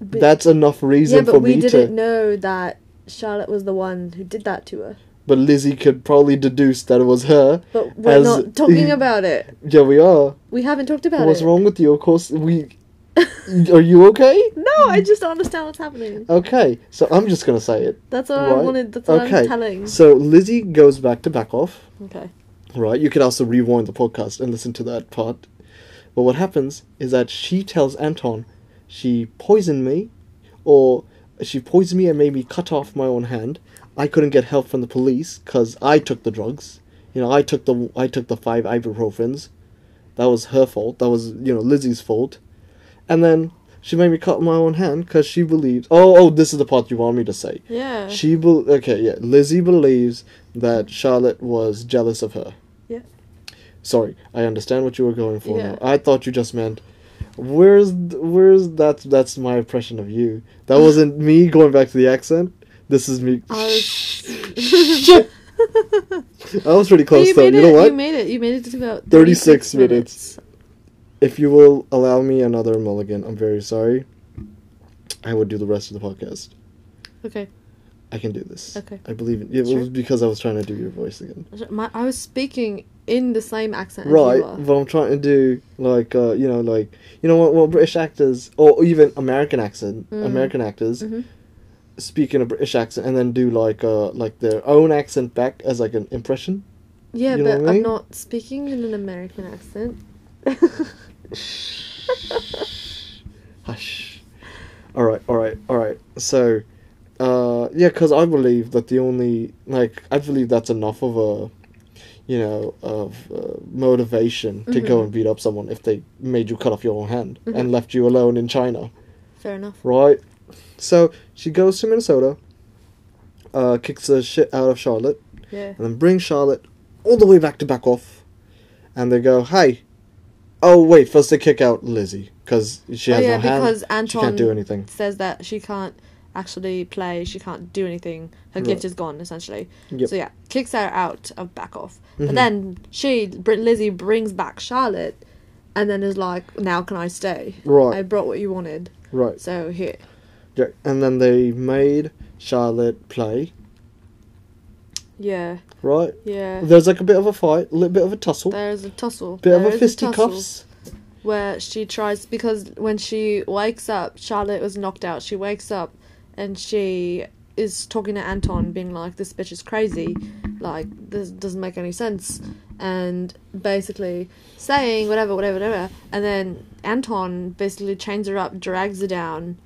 Speaker 2: But-
Speaker 1: That's enough
Speaker 2: yeah,
Speaker 1: reason
Speaker 2: but
Speaker 1: for
Speaker 2: we
Speaker 1: me
Speaker 2: didn't
Speaker 1: to.
Speaker 2: know that Charlotte was the one who did that to her.
Speaker 1: But Lizzie could probably deduce that it was her.
Speaker 2: But we're
Speaker 1: As-
Speaker 2: not talking about it.
Speaker 1: Yeah, we are.
Speaker 2: We haven't talked about
Speaker 1: What's
Speaker 2: it.
Speaker 1: wrong with you? Of course, we. Are you okay?
Speaker 2: No, I just don't understand what's happening.
Speaker 1: Okay, so I'm just gonna say it.
Speaker 2: That's all I
Speaker 1: right?
Speaker 2: wanted. That's all
Speaker 1: okay.
Speaker 2: I'm telling.
Speaker 1: So Lizzie goes back to back off.
Speaker 2: Okay.
Speaker 1: Right, you could also rewind the podcast and listen to that part. But what happens is that she tells Anton she poisoned me, or she poisoned me and made me cut off my own hand. I couldn't get help from the police because I took the drugs. You know, I took the I took the five ibuprofens. That was her fault. That was you know Lizzie's fault. And then she made me cut my own hand because she believed. Oh, oh, this is the part you want me to say.
Speaker 2: Yeah.
Speaker 1: She bel okay, yeah. Lizzie believes that Charlotte was jealous of her.
Speaker 2: Yeah.
Speaker 1: Sorry, I understand what you were going for
Speaker 2: Yeah.
Speaker 1: now. I thought you just meant where's th- where's that that's my impression of you. That wasn't me going back to the accent. This is me.
Speaker 2: I was-
Speaker 1: Shit. I was pretty
Speaker 2: But
Speaker 1: close
Speaker 2: you
Speaker 1: though.
Speaker 2: made
Speaker 1: You
Speaker 2: it.
Speaker 1: know
Speaker 2: You
Speaker 1: what?
Speaker 2: made it. You made it to about
Speaker 1: 36 minutes. if you will allow me another mulligan, I'm very sorry. I would do the rest of the podcast.
Speaker 2: Okay.
Speaker 1: I can do this.
Speaker 2: Okay.
Speaker 1: I believe in it
Speaker 2: Sure.
Speaker 1: was because I was trying to do your voice again.
Speaker 2: My, I was speaking in the same accent as
Speaker 1: Right,
Speaker 2: you are.
Speaker 1: but I'm trying to do like uh, you know, like you know what, what British actors or even American accent,
Speaker 2: Mm.
Speaker 1: American actors
Speaker 2: Mhm.
Speaker 1: speak in a British accent and then do like uh like their own accent back as like an impression.
Speaker 2: Yeah,
Speaker 1: You know
Speaker 2: but
Speaker 1: what I
Speaker 2: I'm
Speaker 1: mean?
Speaker 2: not speaking in an American accent.
Speaker 1: Hush. All right, all right, all right. So, uh, yeah, because I believe that the only like I believe that's enough of a, you know, of uh, motivation to
Speaker 2: Mm-hmm.
Speaker 1: go and beat up someone if they made you cut off your own hand and left you alone in China.
Speaker 2: Fair enough.
Speaker 1: right? So she goes to Minnesota, uh, kicks the shit out of Charlotte,
Speaker 2: Yeah.
Speaker 1: and then brings Charlotte all the way back to back off, and they go, "Hey, oh wait, first they kick out Lizzie because she
Speaker 2: oh
Speaker 1: has
Speaker 2: yeah,
Speaker 1: no hand.
Speaker 2: because
Speaker 1: she
Speaker 2: Anton
Speaker 1: can't do anything.
Speaker 2: says that she can't actually play. She can't do anything. Her gift is gone essentially.
Speaker 1: Yep.
Speaker 2: So yeah, kicks her out of back off.
Speaker 1: Mhm.
Speaker 2: But then she, Br- Lizzie, brings back Charlotte, and then is like, "Now can I stay?
Speaker 1: Right.
Speaker 2: I brought what you wanted.
Speaker 1: Right,
Speaker 2: So here."
Speaker 1: yeah, and then they made Charlotte play.
Speaker 2: Yeah.
Speaker 1: Right,
Speaker 2: Yeah.
Speaker 1: there's like a bit of a fight, a little bit of a tussle,
Speaker 2: There's a tussle.
Speaker 1: bit
Speaker 2: There
Speaker 1: of a
Speaker 2: is tussle
Speaker 1: fisticuffs.
Speaker 2: Where she tries because when she wakes up, Charlotte was knocked out. She wakes up and she is talking to Anton, being like, "This bitch is crazy. Like this doesn't make any sense," and basically saying whatever, whatever, whatever. And then Anton basically chains her up, drags her down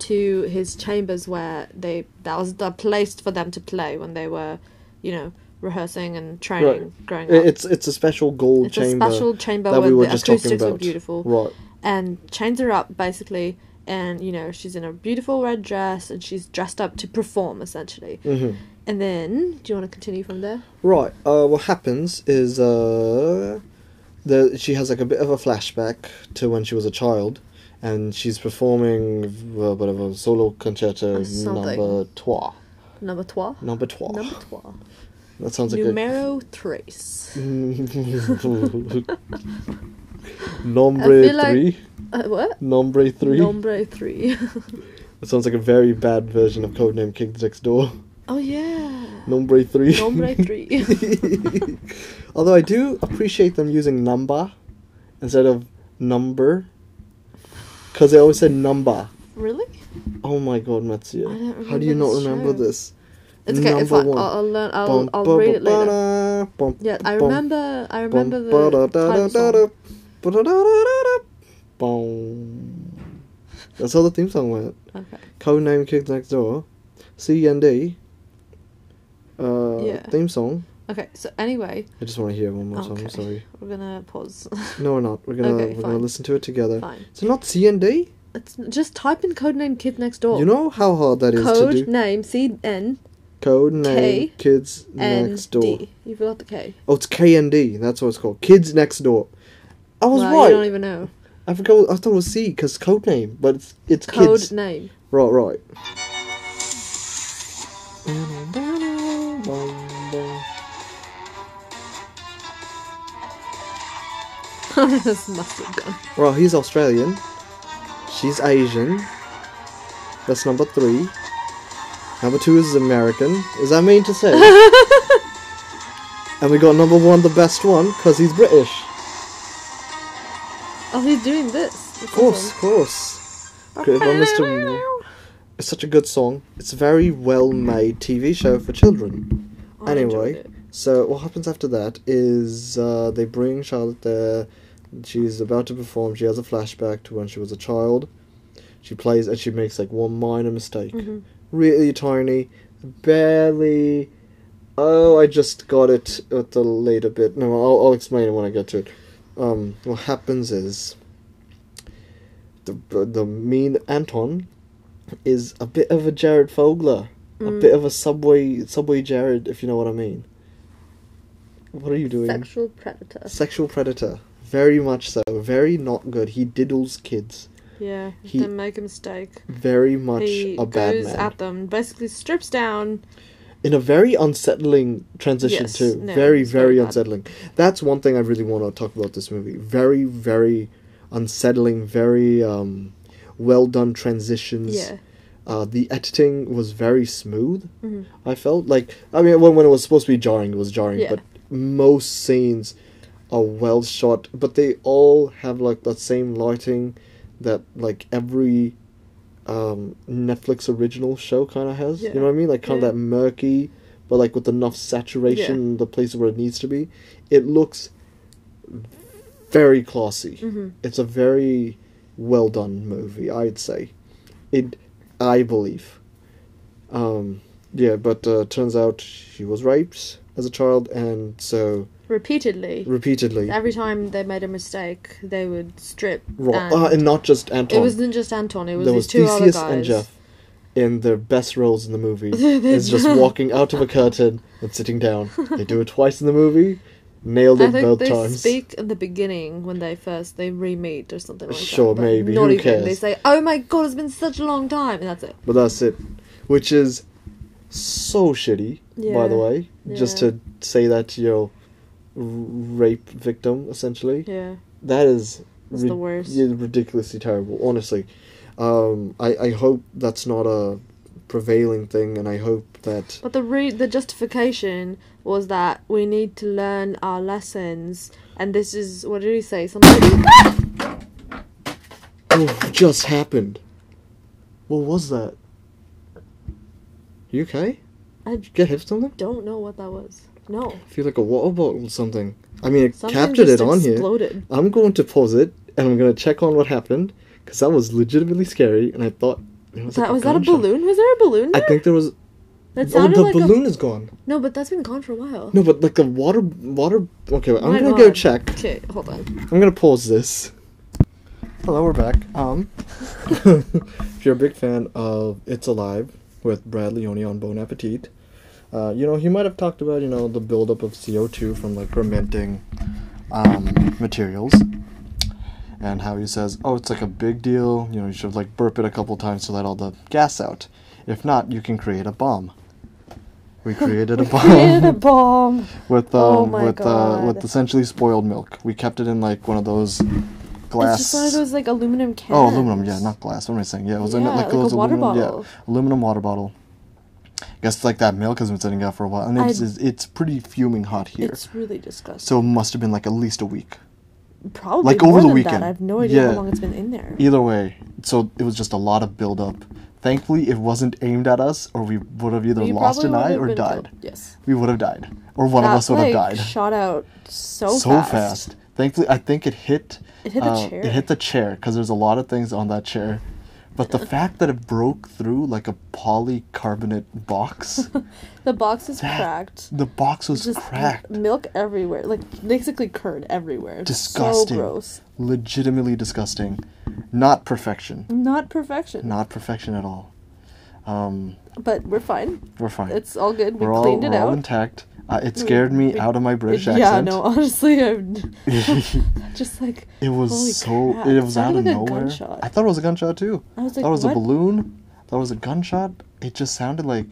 Speaker 2: to his chambers where they that was the place for them to play when they were, you know, rehearsing and training growing up.
Speaker 1: I- It's it's a special gold
Speaker 2: It's
Speaker 1: chamber
Speaker 2: a special chamber
Speaker 1: that
Speaker 2: where
Speaker 1: we were
Speaker 2: the
Speaker 1: just talking
Speaker 2: acoustics were
Speaker 1: about.
Speaker 2: beautiful.
Speaker 1: Right,
Speaker 2: And chains her up basically, and you know she's in a beautiful red dress and she's dressed up to perform essentially.
Speaker 1: hmm
Speaker 2: And then, do you want to continue from there?
Speaker 1: Right. Uh, what happens is uh, the she has like a bit of a flashback to when she was a child, and she's performing uh, whatever solo concerto
Speaker 2: Something.
Speaker 1: number trois.
Speaker 2: Number trois.
Speaker 1: Number trois.
Speaker 2: Number trois.
Speaker 1: that sounds like
Speaker 2: Numero tres.
Speaker 1: a
Speaker 2: I
Speaker 1: nombre
Speaker 2: feel like-
Speaker 1: three.
Speaker 2: Uh, what?
Speaker 1: Nombre three.
Speaker 2: Nombre three.
Speaker 1: that sounds like a very bad version of Codename King Next Door.
Speaker 2: oh yeah.
Speaker 1: Nombre three.
Speaker 2: Nombre three.
Speaker 1: Although I do appreciate them using number instead of number, because they always said number.
Speaker 2: really?
Speaker 1: Oh my god, Matsuya.
Speaker 2: I don't
Speaker 1: How do you
Speaker 2: remember
Speaker 1: not
Speaker 2: this
Speaker 1: remember
Speaker 2: show.
Speaker 1: this?
Speaker 2: It's okay. If I,
Speaker 1: Number
Speaker 2: I'll,
Speaker 1: one.
Speaker 2: I'll learn. I'll,
Speaker 1: Bum,
Speaker 2: I'll
Speaker 1: bum,
Speaker 2: read it later.
Speaker 1: ba-da, bum,
Speaker 2: yeah, I
Speaker 1: bum,
Speaker 2: remember. I
Speaker 1: bum,
Speaker 2: remember the title
Speaker 1: ba-da-da-da-da-da,
Speaker 2: song.
Speaker 1: ba-da-da-da-da-da, bum. That's how the theme song went.
Speaker 2: Okay.
Speaker 1: Codename Kids Next Door, C and D. Uh,
Speaker 2: Yeah.
Speaker 1: theme song.
Speaker 2: Okay. So anyway,
Speaker 1: I just want to hear it one more time.
Speaker 2: Okay.
Speaker 1: I'm sorry.
Speaker 2: we're gonna pause.
Speaker 1: No, we're not. We're gonna
Speaker 2: Okay,
Speaker 1: we're gonna
Speaker 2: fine.
Speaker 1: listen to it together.
Speaker 2: Fine.
Speaker 1: So not C and D.
Speaker 2: It's just type in codename Kid Next Door.
Speaker 1: You know how hard that is
Speaker 2: code
Speaker 1: to do.
Speaker 2: name C N
Speaker 1: Code name
Speaker 2: K
Speaker 1: Kids
Speaker 2: N
Speaker 1: Next Door.
Speaker 2: D. You forgot the K.
Speaker 1: Oh, it's K and D. That's what it's called. Kids Next Door. I was
Speaker 2: wow,
Speaker 1: right.
Speaker 2: You don't e- even know.
Speaker 1: I forgot. what- I thought it was C because code name, but it's it's
Speaker 2: Code
Speaker 1: kids.
Speaker 2: name.
Speaker 1: Right, right.
Speaker 2: this must have gone.
Speaker 1: Well, he's Australian. She's Asian. That's number three. Number two is American. Is that mean to say? and we got number one, the best one, because he's British.
Speaker 2: Oh, he's doing this.
Speaker 1: Of course, of course. Good one, Mr. Moore. It's such a good song. It's a very well made TV show for children.
Speaker 2: I
Speaker 1: anyway,
Speaker 2: enjoyed it.
Speaker 1: so what happens after that is uh, they bring Charlotte there. She's about to perform. She has a flashback to when she was a child. She plays and she makes like one minor mistake.
Speaker 2: Mm-hmm.
Speaker 1: Really tiny. Barely. Oh, I just got it at the later bit. No, I'll, I'll explain it when I get to it. Um, what happens is the, the mean Anton is a bit of a Jared Fogler,
Speaker 2: Mm.
Speaker 1: a bit of a subway subway Jared, if you know what I mean. What are you doing?
Speaker 2: Sexual predator.
Speaker 1: Sexual predator, very much so, very not good. He diddles kids,
Speaker 2: Yeah,
Speaker 1: He-
Speaker 2: they make a mistake.
Speaker 1: very much
Speaker 2: He
Speaker 1: a bad
Speaker 2: goes
Speaker 1: man.
Speaker 2: at them, basically strips down.
Speaker 1: In a very unsettling transition
Speaker 2: Yes,
Speaker 1: too,
Speaker 2: no,
Speaker 1: very
Speaker 2: it's very
Speaker 1: very
Speaker 2: bad.
Speaker 1: unsettling. That's one thing I really want to talk about this movie. Very very unsettling, very um, well done transitions.
Speaker 2: Yeah.
Speaker 1: Uh, the editing was very smooth.
Speaker 2: Mm-hmm.
Speaker 1: I felt like I mean when, when it was supposed to be jarring, it was jarring.
Speaker 2: Yeah.
Speaker 1: But most scenes are well shot, but they all have like that same lighting that like every um, Netflix original show kind of has.
Speaker 2: Yeah.
Speaker 1: You know what I mean? Like kind
Speaker 2: Yeah.
Speaker 1: of that murky, but like with enough saturation in the place where it needs to be. It looks very classy.
Speaker 2: Mm-hmm.
Speaker 1: It's a very well done movie, I'd say. It, I believe. Um, yeah, but uh, turns out she was raped as a child, and so
Speaker 2: Repeatedly.
Speaker 1: repeatedly.
Speaker 2: Every time they made a mistake, they would strip.
Speaker 1: Right.
Speaker 2: And
Speaker 1: Uh, and not just Anton.
Speaker 2: it wasn't just Anton, it was
Speaker 1: there
Speaker 2: these
Speaker 1: was
Speaker 2: two other
Speaker 1: Theseus
Speaker 2: guys.
Speaker 1: and Jeff in their best roles in the movie. is just walking out of a curtain and sitting down. They do it twice in the movie. Nailed
Speaker 2: I
Speaker 1: it
Speaker 2: think
Speaker 1: both
Speaker 2: they
Speaker 1: times.
Speaker 2: speak in the beginning when they first they re meet or something like
Speaker 1: Sure,
Speaker 2: that. but
Speaker 1: maybe.
Speaker 2: Not
Speaker 1: Who
Speaker 2: even. They
Speaker 1: cares?
Speaker 2: say, "Oh my god, it's been such a long time," and that's it.
Speaker 1: But that's it. Which is so shitty, by the
Speaker 2: Yeah.
Speaker 1: way. Just
Speaker 2: Yeah.
Speaker 1: to say that to your r- rape victim, essentially.
Speaker 2: Yeah,
Speaker 1: That is
Speaker 2: It's the worst.
Speaker 1: yeah, ridiculously terrible. Honestly, um, I I hope that's not a prevailing thing, and I hope that
Speaker 2: but the re- the justification was that we need to learn our lessons, and this is what did he say? Something.
Speaker 1: oh, just happened. What was that? You okay?
Speaker 2: I
Speaker 1: Did you get hit with something?
Speaker 2: don't know what that was. No,
Speaker 1: I feel like a water bottle or something. I mean, it
Speaker 2: something
Speaker 1: captured
Speaker 2: just
Speaker 1: it on here.
Speaker 2: exploded.
Speaker 1: I'm going to pause it, and I'm going to check on what happened, because that was legitimately scary, and I thought. It was,
Speaker 2: That-
Speaker 1: like
Speaker 2: was that a
Speaker 1: gunshot.
Speaker 2: balloon? Was there a balloon?
Speaker 1: I
Speaker 2: there?
Speaker 1: think there was.
Speaker 2: that
Speaker 1: Oh,
Speaker 2: sounded
Speaker 1: the
Speaker 2: like
Speaker 1: balloon is gone.
Speaker 2: A- no, but that's been gone for a while.
Speaker 1: No, but like the water, water. Okay, wait, I'm
Speaker 2: My
Speaker 1: gonna
Speaker 2: God.
Speaker 1: go check.
Speaker 2: Okay, hold on.
Speaker 1: I'm gonna pause this. Hello, we're back. Um, if you're a big fan of It's Alive with Brad Leone on Bon Appetit, uh, you know he might have talked about you know the buildup of CO2 from like fermenting um, materials, and how he says, oh, it's like a big deal. You know, you should like burp it a couple times to let all the gas out. If not, you can create a bomb. We created a bomb
Speaker 2: bomb.
Speaker 1: with um,
Speaker 2: Oh my
Speaker 1: with uh, with
Speaker 2: God.
Speaker 1: essentially spoiled milk. We kept it in like one of those glass.
Speaker 2: It's just one of those like aluminum cans.
Speaker 1: oh, aluminum. Yeah, not glass. What am I saying? Yeah, it was in
Speaker 2: Yeah,
Speaker 1: like,
Speaker 2: like a
Speaker 1: those
Speaker 2: water
Speaker 1: aluminum.
Speaker 2: bottle.
Speaker 1: Yeah, aluminum water bottle. guess like that milk has been sitting out for a while, and it's it's, it's pretty fuming hot here.
Speaker 2: It's really disgusting.
Speaker 1: So it must have been like at least a week.
Speaker 2: Probably
Speaker 1: like,
Speaker 2: more
Speaker 1: over the
Speaker 2: than
Speaker 1: weekend.
Speaker 2: That. I have no idea
Speaker 1: Yeah.
Speaker 2: how long it's been in there.
Speaker 1: Either way, so it was just a lot of buildup. Thankfully, it wasn't aimed at us, or we would have either
Speaker 2: We
Speaker 1: lost
Speaker 2: probably
Speaker 1: an
Speaker 2: would
Speaker 1: eye
Speaker 2: have
Speaker 1: or
Speaker 2: been
Speaker 1: died.
Speaker 2: killed. Yes.
Speaker 1: We would have died, or one of us would have died.
Speaker 2: Shot out so,
Speaker 1: so
Speaker 2: fast.
Speaker 1: fast. Thankfully, I think it hit. uh,
Speaker 2: It hit the chair.
Speaker 1: It hit the chair because there's a lot of things on that chair, but the fact that it broke through like a polycarbonate box,
Speaker 2: The box is
Speaker 1: That-
Speaker 2: cracked.
Speaker 1: the box was
Speaker 2: Just
Speaker 1: cracked.
Speaker 2: milk everywhere, like basically curd everywhere. It's
Speaker 1: Disgusting.
Speaker 2: So gross.
Speaker 1: Legitimately disgusting. Not perfection.
Speaker 2: Not perfection.
Speaker 1: Not perfection at all. Um,
Speaker 2: But we're fine.
Speaker 1: we're fine.
Speaker 2: It's all good. We
Speaker 1: we're all,
Speaker 2: cleaned it
Speaker 1: we're all
Speaker 2: out.
Speaker 1: intact. Uh, it scared me
Speaker 2: we-
Speaker 1: out of my British
Speaker 2: yeah,
Speaker 1: accent.
Speaker 2: no, honestly, I'm just like
Speaker 1: It was
Speaker 2: holy
Speaker 1: so.
Speaker 2: crap,
Speaker 1: It was out
Speaker 2: sounded
Speaker 1: of
Speaker 2: like a
Speaker 1: nowhere.
Speaker 2: gunshot.
Speaker 1: I thought it was a gunshot too.
Speaker 2: I was like,
Speaker 1: thought it was a
Speaker 2: "What?"
Speaker 1: balloon. Thought it was a gunshot. It just sounded like.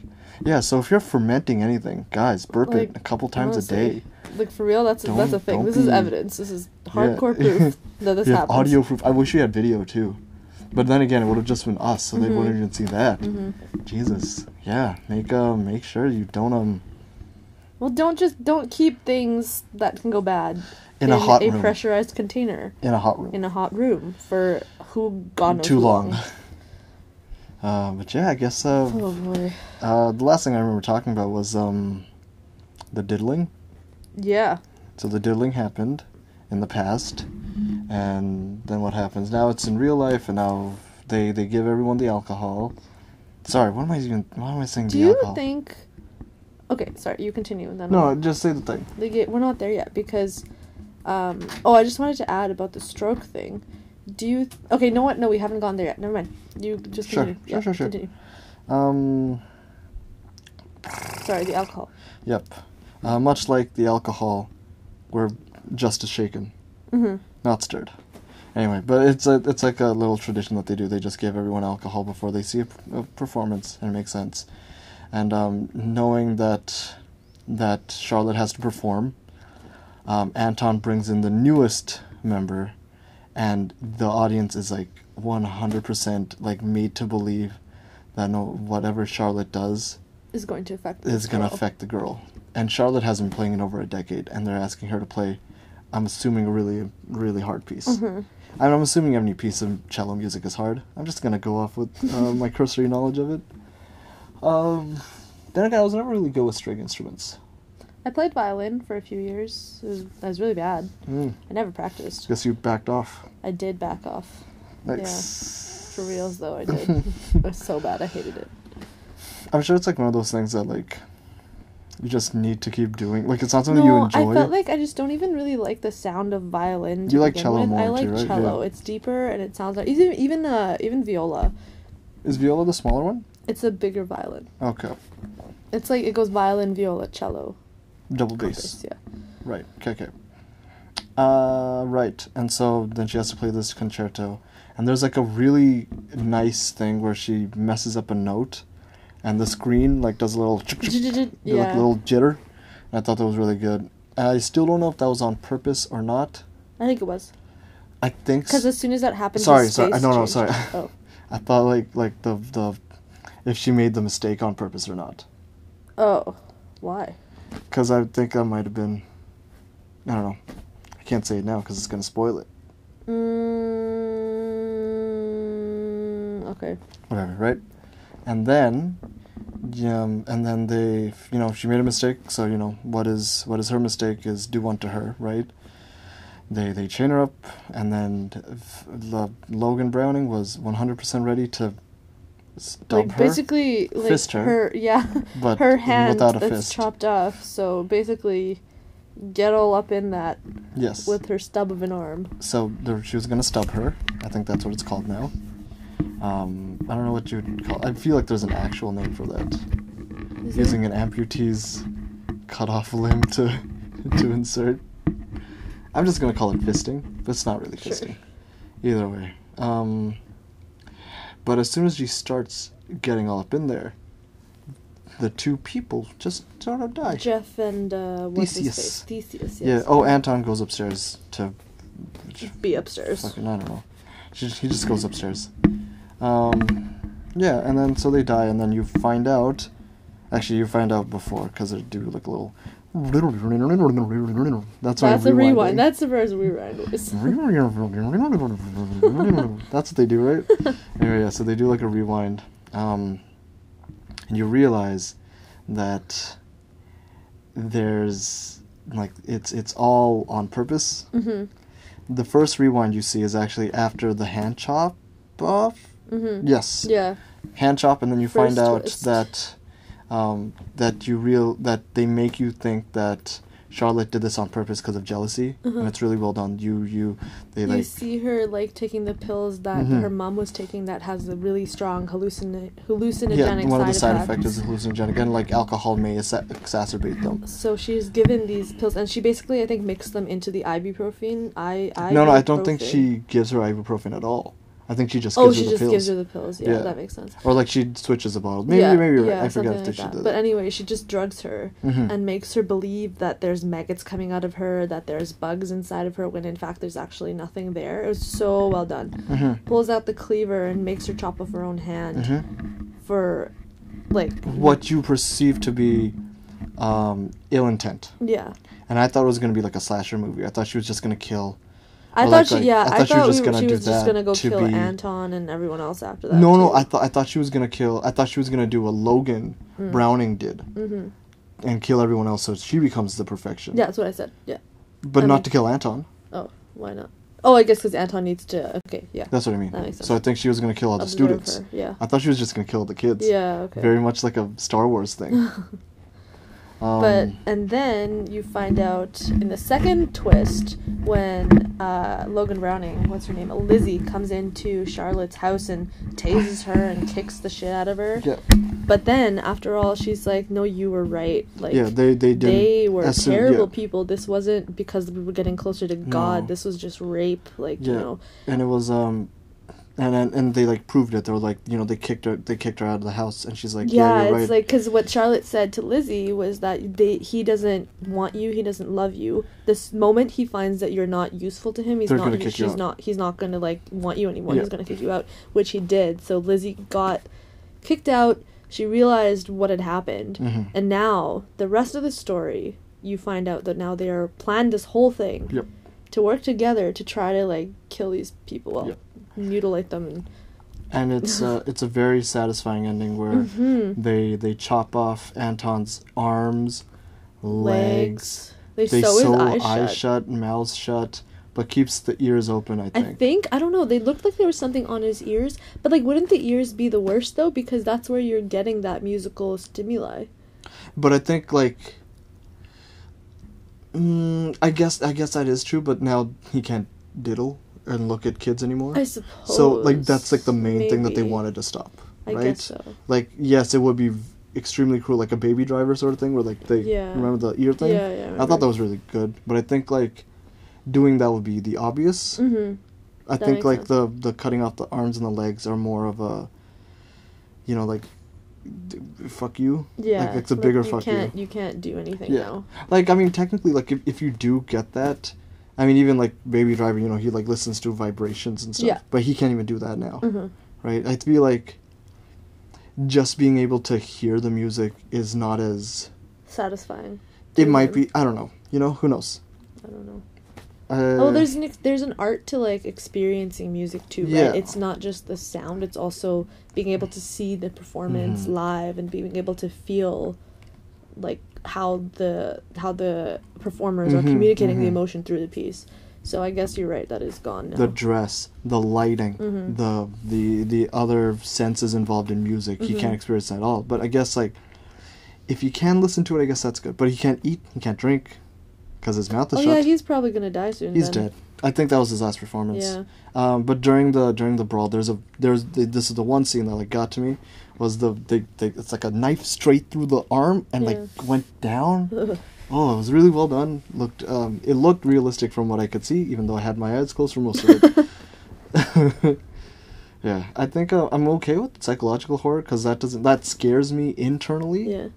Speaker 1: Yeah, so if you're fermenting anything, guys, burp it
Speaker 2: Like,
Speaker 1: a couple times a
Speaker 2: honestly,
Speaker 1: day.
Speaker 2: Like for real, that's that's a
Speaker 1: Don't-
Speaker 2: thing.
Speaker 1: don't
Speaker 2: This is
Speaker 1: be-
Speaker 2: evidence. This is hardcore
Speaker 1: Yeah.
Speaker 2: proof that this
Speaker 1: you have
Speaker 2: happens.
Speaker 1: audio proof. I wish we had video too. But then again, it would have just been us, so they
Speaker 2: Mm-hmm.
Speaker 1: wouldn't even see that. Jesus, yeah, make uh, make sure you don't um
Speaker 2: Well, don't just don't keep things that can go bad
Speaker 1: in, a hot room
Speaker 2: pressurized container
Speaker 1: in a hot room
Speaker 2: in a hot room for who God knows
Speaker 1: too
Speaker 2: who
Speaker 1: long. uh, but yeah, I guess uh,
Speaker 2: Oh boy.
Speaker 1: uh, the last thing I remember talking about was um the diddling.
Speaker 2: Yeah.
Speaker 1: So the diddling happened in the past, and then what happens now? It's in real life, and now they they give everyone the alcohol. Sorry, what am I even? Why am I saying
Speaker 2: Do
Speaker 1: the
Speaker 2: you
Speaker 1: alcohol?
Speaker 2: think? Okay, sorry. You continue. and Then I'll-
Speaker 1: no, just say the thing.
Speaker 2: They get, we're not there yet because, um. Oh, I just wanted to add about the stroke thing. Do you? Okay. No. What? No. We haven't gone there yet. Never mind. You just
Speaker 1: Sure,
Speaker 2: continue.
Speaker 1: sure,
Speaker 2: Yeah,
Speaker 1: sure, sure.
Speaker 2: Continue.
Speaker 1: Um,
Speaker 2: Sorry. The alcohol.
Speaker 1: yep. Uh, much like the alcohol, where justice shaken,
Speaker 2: Mhm.
Speaker 1: not stirred. Anyway, but it's a it's like a little tradition that they do. They just give everyone alcohol before they see a, p- a performance, and it makes sense. And um, knowing that that Charlotte has to perform, um, Anton brings in the newest member, and the audience is like one hundred percent like made to believe that no whatever Charlotte does
Speaker 2: Is going to affect.
Speaker 1: is
Speaker 2: this
Speaker 1: going to
Speaker 2: girl.
Speaker 1: affect the girl. And Charlotte has been playing it over a decade, and they're asking her to play, I'm assuming, a really, really hard piece.
Speaker 2: Mm-hmm.
Speaker 1: I mean, I'm assuming any piece of cello music is hard. I'm just going to go off with uh, my cursory knowledge of it. Um, then again, I was never really good with string instruments.
Speaker 2: I played violin for a few years. It was, I was really bad. I never practiced.
Speaker 1: Guess you backed off.
Speaker 2: I did back off.
Speaker 1: Like,
Speaker 2: Yeah.
Speaker 1: s-
Speaker 2: For reals, though, I did. it was so bad. I hated it.
Speaker 1: I'm sure it's like one of those things that, like, you just need to keep doing. Like, it's not something you enjoy.
Speaker 2: I felt like I just don't even really like the sound of violin. to
Speaker 1: You like
Speaker 2: begin
Speaker 1: cello
Speaker 2: with.
Speaker 1: more
Speaker 2: I
Speaker 1: too,
Speaker 2: like
Speaker 1: right?
Speaker 2: cello.
Speaker 1: Yeah.
Speaker 2: It's deeper and it sounds like even even uh even viola.
Speaker 1: is viola the smaller one?
Speaker 2: It's a bigger violin.
Speaker 1: Okay.
Speaker 2: It's like it goes violin, viola, cello.
Speaker 1: Double bass.
Speaker 2: Compass, yeah.
Speaker 1: Right. Okay. Okay. Uh, right. And so then she has to play this concerto, and there's like a really nice thing where she messes up a note, and the screen like does a little do, like
Speaker 2: yeah.
Speaker 1: a little jitter. And I thought that was really good. I still don't know if that was on purpose or not.
Speaker 2: I think it was
Speaker 1: I think
Speaker 2: because as soon as that happened,
Speaker 1: Sorry,
Speaker 2: his
Speaker 1: sorry,
Speaker 2: face
Speaker 1: no, no,
Speaker 2: changed.
Speaker 1: sorry.
Speaker 2: Oh,
Speaker 1: I thought like like the the if she made the mistake on purpose or not.
Speaker 2: oh, why?
Speaker 1: Because I think I might have been. I don't know. I can't say it now because it's gonna spoil it.
Speaker 2: Mm, okay.
Speaker 1: whatever, right? And then, um, and then they, you know, she made a mistake. So you know, what is what is her mistake is due unto her, right? They they chain her up, and then f- Lo- Logan Browning was one hundred percent ready to stomp
Speaker 2: like
Speaker 1: her.
Speaker 2: basically like
Speaker 1: fist her,
Speaker 2: her, yeah
Speaker 1: but
Speaker 2: her hand
Speaker 1: without a
Speaker 2: that's
Speaker 1: fist.
Speaker 2: chopped off so basically get all up in that
Speaker 1: yes.
Speaker 2: with her stub of an arm
Speaker 1: so there, she was gonna stub her. I think that's what it's called now. Um, I don't know what you would call. I feel like there's an actual name for that. Using an amputee's cut off limb to to insert. I'm just gonna call it fisting, but it's not really
Speaker 2: Sure.
Speaker 1: fisting. Either way. Um, but as soon as she starts getting all up in there, the two people just sort of die.
Speaker 2: jeff and uh what's his face? theseus
Speaker 1: Yeah.
Speaker 2: yes.
Speaker 1: Oh, Anton goes upstairs to
Speaker 2: be upstairs
Speaker 1: Fucking, I don't know. She, he just goes upstairs. Um, yeah, and then so they die, and then you find out. Actually, you find out before because they do like a little. That's why
Speaker 2: that's a
Speaker 1: rewinding.
Speaker 2: rewind that's the first rewind was.
Speaker 1: That's what they do, right? anyway, yeah, so they do like a rewind. Um, and you realize that there's like it's it's all on purpose.
Speaker 2: Mhm.
Speaker 1: The first rewind you see is actually after the hand chop off.
Speaker 2: Mhm.
Speaker 1: Yes.
Speaker 2: yeah
Speaker 1: Hand chop, and then you find
Speaker 2: First
Speaker 1: out
Speaker 2: twist.
Speaker 1: that um, that you real that they make you think that Charlotte did this on purpose because of jealousy, and it's really well done. You you they
Speaker 2: Mm-hmm. You
Speaker 1: like Mm-hmm.
Speaker 2: see her like taking the pills that her mom was taking that has a really strong hallucina- hallucinogenic
Speaker 1: yeah one of the
Speaker 2: side
Speaker 1: side effects is hallucinogenic, and like alcohol may ac- exacerbate them.
Speaker 2: So she's given these pills, and she basically, I think, mixed them into the ibuprofen. I, I
Speaker 1: No, no, I don't think she gives her ibuprofen at all. I think she just gives
Speaker 2: Oh,
Speaker 1: her
Speaker 2: she
Speaker 1: the
Speaker 2: just
Speaker 1: pills,
Speaker 2: gives her the pills. Yeah,
Speaker 1: Yeah.
Speaker 2: that makes sense.
Speaker 1: or like she switches the bottle. Maybe
Speaker 2: yeah,
Speaker 1: maybe you're right.
Speaker 2: yeah,
Speaker 1: I forget if
Speaker 2: something
Speaker 1: she
Speaker 2: like that.
Speaker 1: did
Speaker 2: But
Speaker 1: that. Mm-hmm.
Speaker 2: anyway, she just drugs her and makes her believe that there's maggots coming out of her, that there's bugs inside of her, when in fact there's actually nothing there. It was so well done.
Speaker 1: Mm-hmm.
Speaker 2: Pulls out the cleaver and makes her chop off her own hand for, like,
Speaker 1: Mm-hmm. What you perceive to be um, ill intent,
Speaker 2: yeah.
Speaker 1: and I thought it was gonna be like a slasher movie. I thought she was just gonna kill. Or
Speaker 2: I thought
Speaker 1: like-
Speaker 2: she,
Speaker 1: like,
Speaker 2: yeah,
Speaker 1: I
Speaker 2: I
Speaker 1: thought she was
Speaker 2: thought
Speaker 1: just
Speaker 2: we-
Speaker 1: gonna
Speaker 2: she
Speaker 1: do
Speaker 2: was just
Speaker 1: that
Speaker 2: gonna go
Speaker 1: to
Speaker 2: kill
Speaker 1: be-
Speaker 2: Anton and everyone else after that.
Speaker 1: No, no,
Speaker 2: too.
Speaker 1: I thought I thought she was gonna kill. I thought she was gonna do what Logan
Speaker 2: Mm.
Speaker 1: Browning did, and kill everyone else, so she becomes the perfection.
Speaker 2: Mm-hmm. Yeah, that's what I said. Yeah.
Speaker 1: but
Speaker 2: I
Speaker 1: not
Speaker 2: mean-
Speaker 1: to kill Anton.
Speaker 2: Oh, why not? Oh, I guess because Anton needs to. Okay, yeah.
Speaker 1: That's what I mean.
Speaker 2: That makes sense.
Speaker 1: So I think she was gonna kill all the
Speaker 2: Observe
Speaker 1: students.
Speaker 2: her, yeah.
Speaker 1: I thought she was just gonna kill all the kids.
Speaker 2: Yeah, okay.
Speaker 1: Very much like a Star Wars thing. um,
Speaker 2: but and then you find out in the second twist when uh, Logan Browning, what's her name, Lizzie, comes into Charlotte's house and tases her and kicks the shit out of her.
Speaker 1: yeah,
Speaker 2: But then after all, she's like, "No, you were right. Like,
Speaker 1: yeah, they they did.
Speaker 2: they were
Speaker 1: as soon- yeah.
Speaker 2: terrible people. This wasn't because we were getting closer to God.
Speaker 1: No.
Speaker 2: This was just rape. Like, you
Speaker 1: Yeah.
Speaker 2: know,
Speaker 1: and it was um. And, and and they like proved it. They were like, you know, they kicked her. They kicked her out of the house, and she's like,
Speaker 2: yeah,
Speaker 1: yeah, you're
Speaker 2: it's
Speaker 1: right.
Speaker 2: like because what Charlotte said to Lizzie was that they, he doesn't want you, he doesn't love you. This moment he finds that you're not useful to him, he's
Speaker 1: They're
Speaker 2: not,
Speaker 1: gonna kick you
Speaker 2: she's
Speaker 1: out.
Speaker 2: not, he's not gonna like want you anymore.
Speaker 1: Yeah.
Speaker 2: He's gonna kick you out, which he did. So Lizzie got kicked out. She realized what had happened,
Speaker 1: Mm-hmm.
Speaker 2: and now the rest of the story, you find out that now they are planned this whole thing
Speaker 1: Yep.
Speaker 2: to work together to try to like kill these people, well,
Speaker 1: Yep.
Speaker 2: mutilate them. And,
Speaker 1: and it's uh, it's a very satisfying ending where
Speaker 2: Mm-hmm.
Speaker 1: they they chop off Anton's arms, legs.
Speaker 2: They,
Speaker 1: They
Speaker 2: sew, his eyes
Speaker 1: eyes
Speaker 2: shut.
Speaker 1: shut, mouths shut, but keeps the ears open. I
Speaker 2: I
Speaker 1: think.
Speaker 2: think I don't know. They looked like there was something on his ears, but like, wouldn't the ears be the worst though? Because that's where you're getting that musical stimuli.
Speaker 1: but I think like. Mm, I guess I guess that is true, but now he can't diddle and look at kids anymore.
Speaker 2: I suppose.
Speaker 1: so like that's like the main thing that they
Speaker 2: Maybe.
Speaker 1: wanted to stop,
Speaker 2: I
Speaker 1: right?
Speaker 2: guess so.
Speaker 1: Like yes, it would be v- extremely cruel, like a baby driver sort of thing, where like they
Speaker 2: Yeah.
Speaker 1: remember the ear thing.
Speaker 2: Yeah, yeah, I
Speaker 1: I thought
Speaker 2: remember.
Speaker 1: that was really good, but I think like doing that would be the obvious.
Speaker 2: Mm-hmm.
Speaker 1: I
Speaker 2: That
Speaker 1: think
Speaker 2: makes
Speaker 1: like
Speaker 2: sense.
Speaker 1: the the cutting off the arms and the legs are more of a, you know, like, d- fuck you.
Speaker 2: Yeah.
Speaker 1: Like it's a bigger
Speaker 2: you
Speaker 1: fuck
Speaker 2: can't,
Speaker 1: you.
Speaker 2: you. can't do anything
Speaker 1: Yeah.
Speaker 2: now.
Speaker 1: Like I mean, technically, like if if you do get that, I mean, even like Baby Driver, you know, he like listens to vibrations and stuff,
Speaker 2: Yeah.
Speaker 1: but he can't even do that now,
Speaker 2: Mhm.
Speaker 1: right? I feel like just being able to hear the music is not as
Speaker 2: Satisfying.
Speaker 1: it might
Speaker 2: Mhm.
Speaker 1: be. I don't know. You know, who knows?
Speaker 2: I don't know.
Speaker 1: Uh,
Speaker 2: oh, there's an ex- there's an art to like experiencing music too, right?
Speaker 1: Yeah.
Speaker 2: It's not just the sound; it's also being able to see the performance
Speaker 1: Mm-hmm.
Speaker 2: live and being able to feel like how the how the performers are
Speaker 1: Mhm,
Speaker 2: communicating the
Speaker 1: mhm.
Speaker 2: emotion through the piece. So I guess you're right; that is gone now.
Speaker 1: the dress, the lighting,
Speaker 2: Mm-hmm.
Speaker 1: the the the other senses involved in music. He
Speaker 2: Mm-hmm.
Speaker 1: can't experience that at all. But I guess like if you can listen to it, I guess that's good. But he can't eat, he can't drink, because his mouth is
Speaker 2: oh
Speaker 1: shut.
Speaker 2: yeah, he's probably gonna die soon.
Speaker 1: He's
Speaker 2: then.
Speaker 1: dead. I think that was his last performance.
Speaker 2: Yeah.
Speaker 1: Um, but during the during the brawl, there's a there's the, this is the one scene that like got to me was the they, they it's like a knife straight through the arm and like went down. oh, it was really well done. Looked um, it looked realistic from what I could see, even though I had my eyes closed for most of it. yeah, I think uh, I'm okay with psychological horror because that doesn't that scares me internally
Speaker 2: Yeah.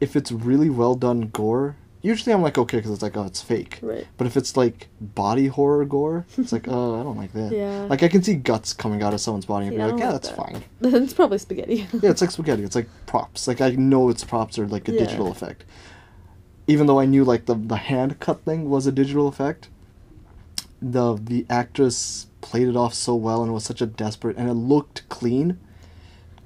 Speaker 1: if it's really well done gore, usually I'm like okay because it's like oh it's fake.
Speaker 2: Right.
Speaker 1: But if it's like body horror gore, it's like oh I don't like that.
Speaker 2: Yeah.
Speaker 1: Like I can see guts coming out of someone's body and
Speaker 2: See,
Speaker 1: be
Speaker 2: I
Speaker 1: like
Speaker 2: don't
Speaker 1: yeah
Speaker 2: like
Speaker 1: that's
Speaker 2: that.
Speaker 1: fine.
Speaker 2: it's probably spaghetti.
Speaker 1: Yeah, it's like spaghetti. It's like props. Like I know it's props or like a
Speaker 2: Yeah.
Speaker 1: digital effect. Even though I knew like the the hand cut thing was a digital effect, the the actress played it off so well and was such a desperate and it looked clean.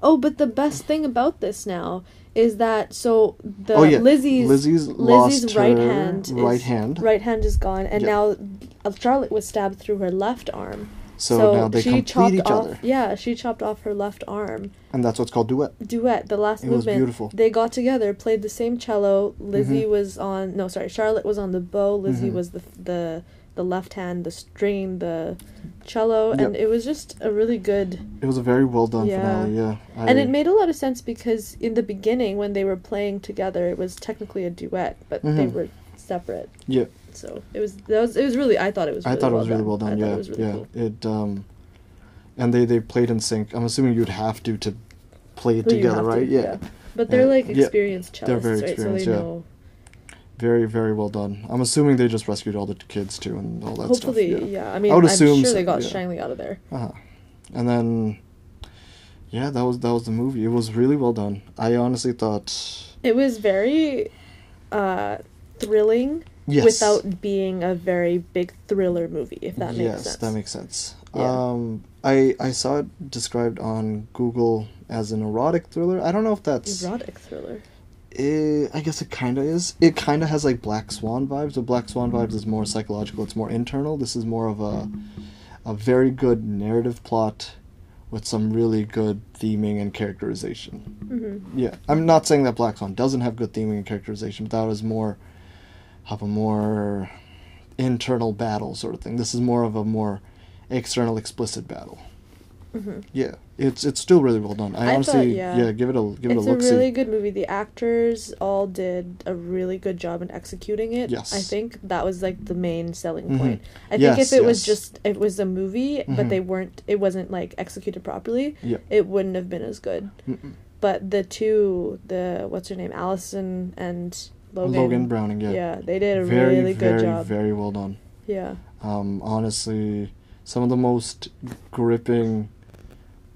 Speaker 2: Oh, but the best thing about this now is that so the
Speaker 1: Oh, yeah.
Speaker 2: Lizzie's
Speaker 1: Lizzie's lost
Speaker 2: right
Speaker 1: her
Speaker 2: hand
Speaker 1: right
Speaker 2: is,
Speaker 1: hand.
Speaker 2: right hand is gone, and
Speaker 1: Yeah.
Speaker 2: now uh, Charlotte was stabbed through her left arm.
Speaker 1: So, now they complete each
Speaker 2: off,
Speaker 1: other,
Speaker 2: Yeah, she chopped off her left arm.
Speaker 1: and that's what's called duet.
Speaker 2: Duet, the last
Speaker 1: It was
Speaker 2: movement.
Speaker 1: beautiful. Mm-hmm.
Speaker 2: They got together, played the same cello. Lizzie was on no, sorry, Charlotte was on the bow. Lizzie
Speaker 1: Mhm.
Speaker 2: was the the the left hand, the string, the cello, and
Speaker 1: Yep.
Speaker 2: it was just a really good.
Speaker 1: It was a very well done
Speaker 2: Yeah.
Speaker 1: finale. Yeah, I,
Speaker 2: And it made a lot of sense because in the beginning, when they were playing together, it was technically a duet, but they
Speaker 1: Mhm.
Speaker 2: were separate.
Speaker 1: Yeah.
Speaker 2: So it was that was it was really I thought it was.
Speaker 1: I
Speaker 2: Really
Speaker 1: thought it
Speaker 2: well
Speaker 1: was really well
Speaker 2: I
Speaker 1: done.
Speaker 2: thought
Speaker 1: yeah,
Speaker 2: it was really
Speaker 1: yeah.
Speaker 2: cool.
Speaker 1: It um, and they they played in sync. I'm assuming you'd have to to play it
Speaker 2: Well, you
Speaker 1: together,
Speaker 2: have to,
Speaker 1: right? yeah.
Speaker 2: But they're
Speaker 1: Yeah.
Speaker 2: like
Speaker 1: Yeah.
Speaker 2: experienced
Speaker 1: They're
Speaker 2: cellists,
Speaker 1: very
Speaker 2: right?
Speaker 1: experienced,
Speaker 2: so
Speaker 1: yeah.
Speaker 2: they know.
Speaker 1: Very, very well done. I'm assuming they just rescued all the kids too and all that
Speaker 2: Hopefully,
Speaker 1: stuff.
Speaker 2: yeah. I mean, I
Speaker 1: would
Speaker 2: am
Speaker 1: assume
Speaker 2: sure
Speaker 1: so,
Speaker 2: they got
Speaker 1: yeah.
Speaker 2: Shangley out of there.
Speaker 1: Uh-huh. And then, yeah, that was that was the movie. It was really well done. I honestly thought,
Speaker 2: It was very uh, thrilling
Speaker 1: yes,
Speaker 2: without being a very big thriller movie, if that makes
Speaker 1: yes,
Speaker 2: sense.
Speaker 1: that makes sense.
Speaker 2: Yeah.
Speaker 1: Um, I I saw it described on Google as an erotic thriller. I don't know if that's.
Speaker 2: Erotic thriller.
Speaker 1: Eh, I guess it kind of is. It kind of has like Black Swan vibes. The Black Swan vibes is more psychological. It's more internal. This is more of a a very good narrative plot with some really good theming and characterization.
Speaker 2: Mm-hmm.
Speaker 1: Yeah, I'm not saying that Black Swan doesn't have good theming and characterization, but that was more of a more internal battle sort of thing. This is more of a more external explicit battle.
Speaker 2: Mm-hmm.
Speaker 1: Yeah, it's it's still really well done. I,
Speaker 2: I
Speaker 1: honestly
Speaker 2: thought, yeah.
Speaker 1: yeah. give it a give it
Speaker 2: It's
Speaker 1: a
Speaker 2: a
Speaker 1: look. see.
Speaker 2: really good movie. The actors all did a really good job in executing it.
Speaker 1: Yes.
Speaker 2: I think that was like the main selling
Speaker 1: Mhm.
Speaker 2: point. I think
Speaker 1: Yes,
Speaker 2: if it
Speaker 1: yes.
Speaker 2: was just it was a movie,
Speaker 1: Mhm.
Speaker 2: but they weren't, it wasn't like executed properly.
Speaker 1: Yeah.
Speaker 2: It wouldn't have been as good.
Speaker 1: Mm-mm.
Speaker 2: But the two, the what's her name, Allison and Logan.
Speaker 1: Logan, Browning, yeah.
Speaker 2: Yeah. they did a
Speaker 1: very,
Speaker 2: really good
Speaker 1: very,
Speaker 2: job.
Speaker 1: very well done.
Speaker 2: Yeah.
Speaker 1: Um, honestly, some of the most gripping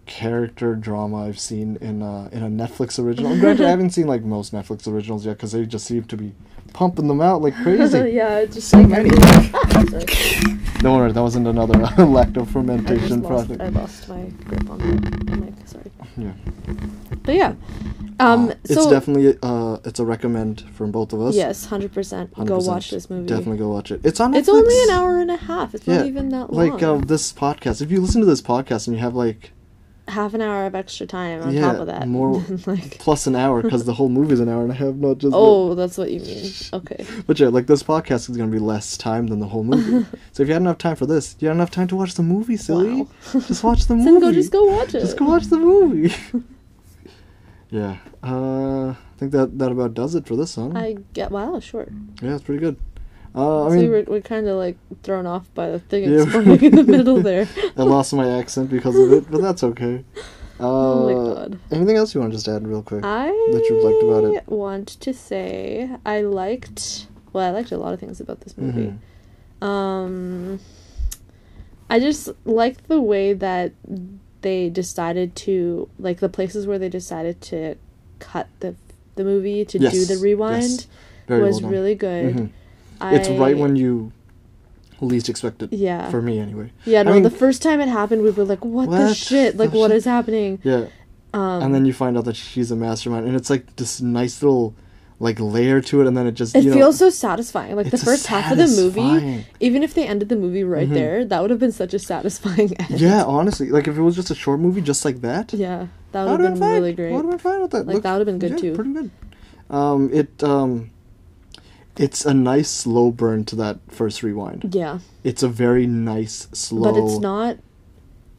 Speaker 1: character drama I've seen in a, in a Netflix original. Granted, I haven't seen like most Netflix originals yet because they just seem to be pumping them out like crazy.
Speaker 2: yeah, it's just
Speaker 1: So
Speaker 2: like
Speaker 1: many.
Speaker 2: Sorry.
Speaker 1: Don't worry, that wasn't another uh,
Speaker 2: I just
Speaker 1: lactofermentation
Speaker 2: lost,
Speaker 1: product.
Speaker 2: I lost my grip on the I'm like, sorry.
Speaker 1: Yeah.
Speaker 2: But yeah. Um
Speaker 1: Uh, it's
Speaker 2: so
Speaker 1: definitely uh, it's a recommend from both of us.
Speaker 2: Yes, hundred percent. Go
Speaker 1: 100%.
Speaker 2: watch this movie.
Speaker 1: Definitely go watch it. It's on.
Speaker 2: It's only
Speaker 1: Netflix.
Speaker 2: an hour and a half. It's
Speaker 1: Yeah,
Speaker 2: not even that long.
Speaker 1: Like uh, this podcast. If you listen to this podcast and you have like
Speaker 2: Half an hour of extra time on
Speaker 1: Yeah,
Speaker 2: top of that.
Speaker 1: more-
Speaker 2: like
Speaker 1: plus an hour because the whole movie's an hour and a half, not just. the-
Speaker 2: Oh, that's what you mean. Okay.
Speaker 1: But yeah, like this podcast is gonna be less time than the whole movie. so if you had enough time for this, you had enough time to watch the movie, silly.
Speaker 2: Wow.
Speaker 1: Just watch the
Speaker 2: Then
Speaker 1: movie.
Speaker 2: go just go watch it.
Speaker 1: Just go watch the movie. yeah. Uh, I think that that about does it for this one.
Speaker 2: I get wow, sure.
Speaker 1: Yeah, it's pretty good. Uh, I
Speaker 2: so we
Speaker 1: mean,
Speaker 2: were, we're kind of like thrown off by the thing
Speaker 1: Yeah.
Speaker 2: exploding in the middle there.
Speaker 1: I lost my accent because of it, but that's okay. Uh,
Speaker 2: Oh my God.
Speaker 1: Anything else you want to just add real quick?
Speaker 2: I
Speaker 1: That you liked about it.
Speaker 2: want to say I liked. Well, I liked a lot of things about this movie.
Speaker 1: Mhm.
Speaker 2: Um, I just liked the way that they decided to like the places where they decided to cut the the movie to do
Speaker 1: Yes,
Speaker 2: the
Speaker 1: yes.
Speaker 2: rewind
Speaker 1: Very well
Speaker 2: was
Speaker 1: done.
Speaker 2: really good.
Speaker 1: Mhm.
Speaker 2: I,
Speaker 1: It's right when you least expect it.
Speaker 2: Yeah.
Speaker 1: For me, anyway.
Speaker 2: yeah,
Speaker 1: I
Speaker 2: no,
Speaker 1: mean-
Speaker 2: the first time it happened, we were like, "What, the
Speaker 1: What
Speaker 2: shit? Like,
Speaker 1: the
Speaker 2: what
Speaker 1: shit?"
Speaker 2: is happening?"
Speaker 1: Yeah.
Speaker 2: Um,
Speaker 1: and then you find out that she's a mastermind, and it's like this nice little like layer to it, and then it just
Speaker 2: It
Speaker 1: you know,
Speaker 2: feels so satisfying. Like the
Speaker 1: it's a
Speaker 2: first half of the
Speaker 1: satisfying-
Speaker 2: movie, even if they ended the movie right
Speaker 1: Mhm.
Speaker 2: there, that would have been such a satisfying end.
Speaker 1: yeah, honestly, like if it was just a short movie, just like that,
Speaker 2: Yeah, that
Speaker 1: I
Speaker 2: would
Speaker 1: would've
Speaker 2: have been
Speaker 1: fine.
Speaker 2: really
Speaker 1: I
Speaker 2: great.
Speaker 1: would have been fine with that.
Speaker 2: Like, that would've been good,
Speaker 1: yeah,
Speaker 2: too.
Speaker 1: Pretty good. Um, it um, it's a nice slow burn to that first rewind.
Speaker 2: Yeah,
Speaker 1: It's a very nice slow.
Speaker 2: but it's not.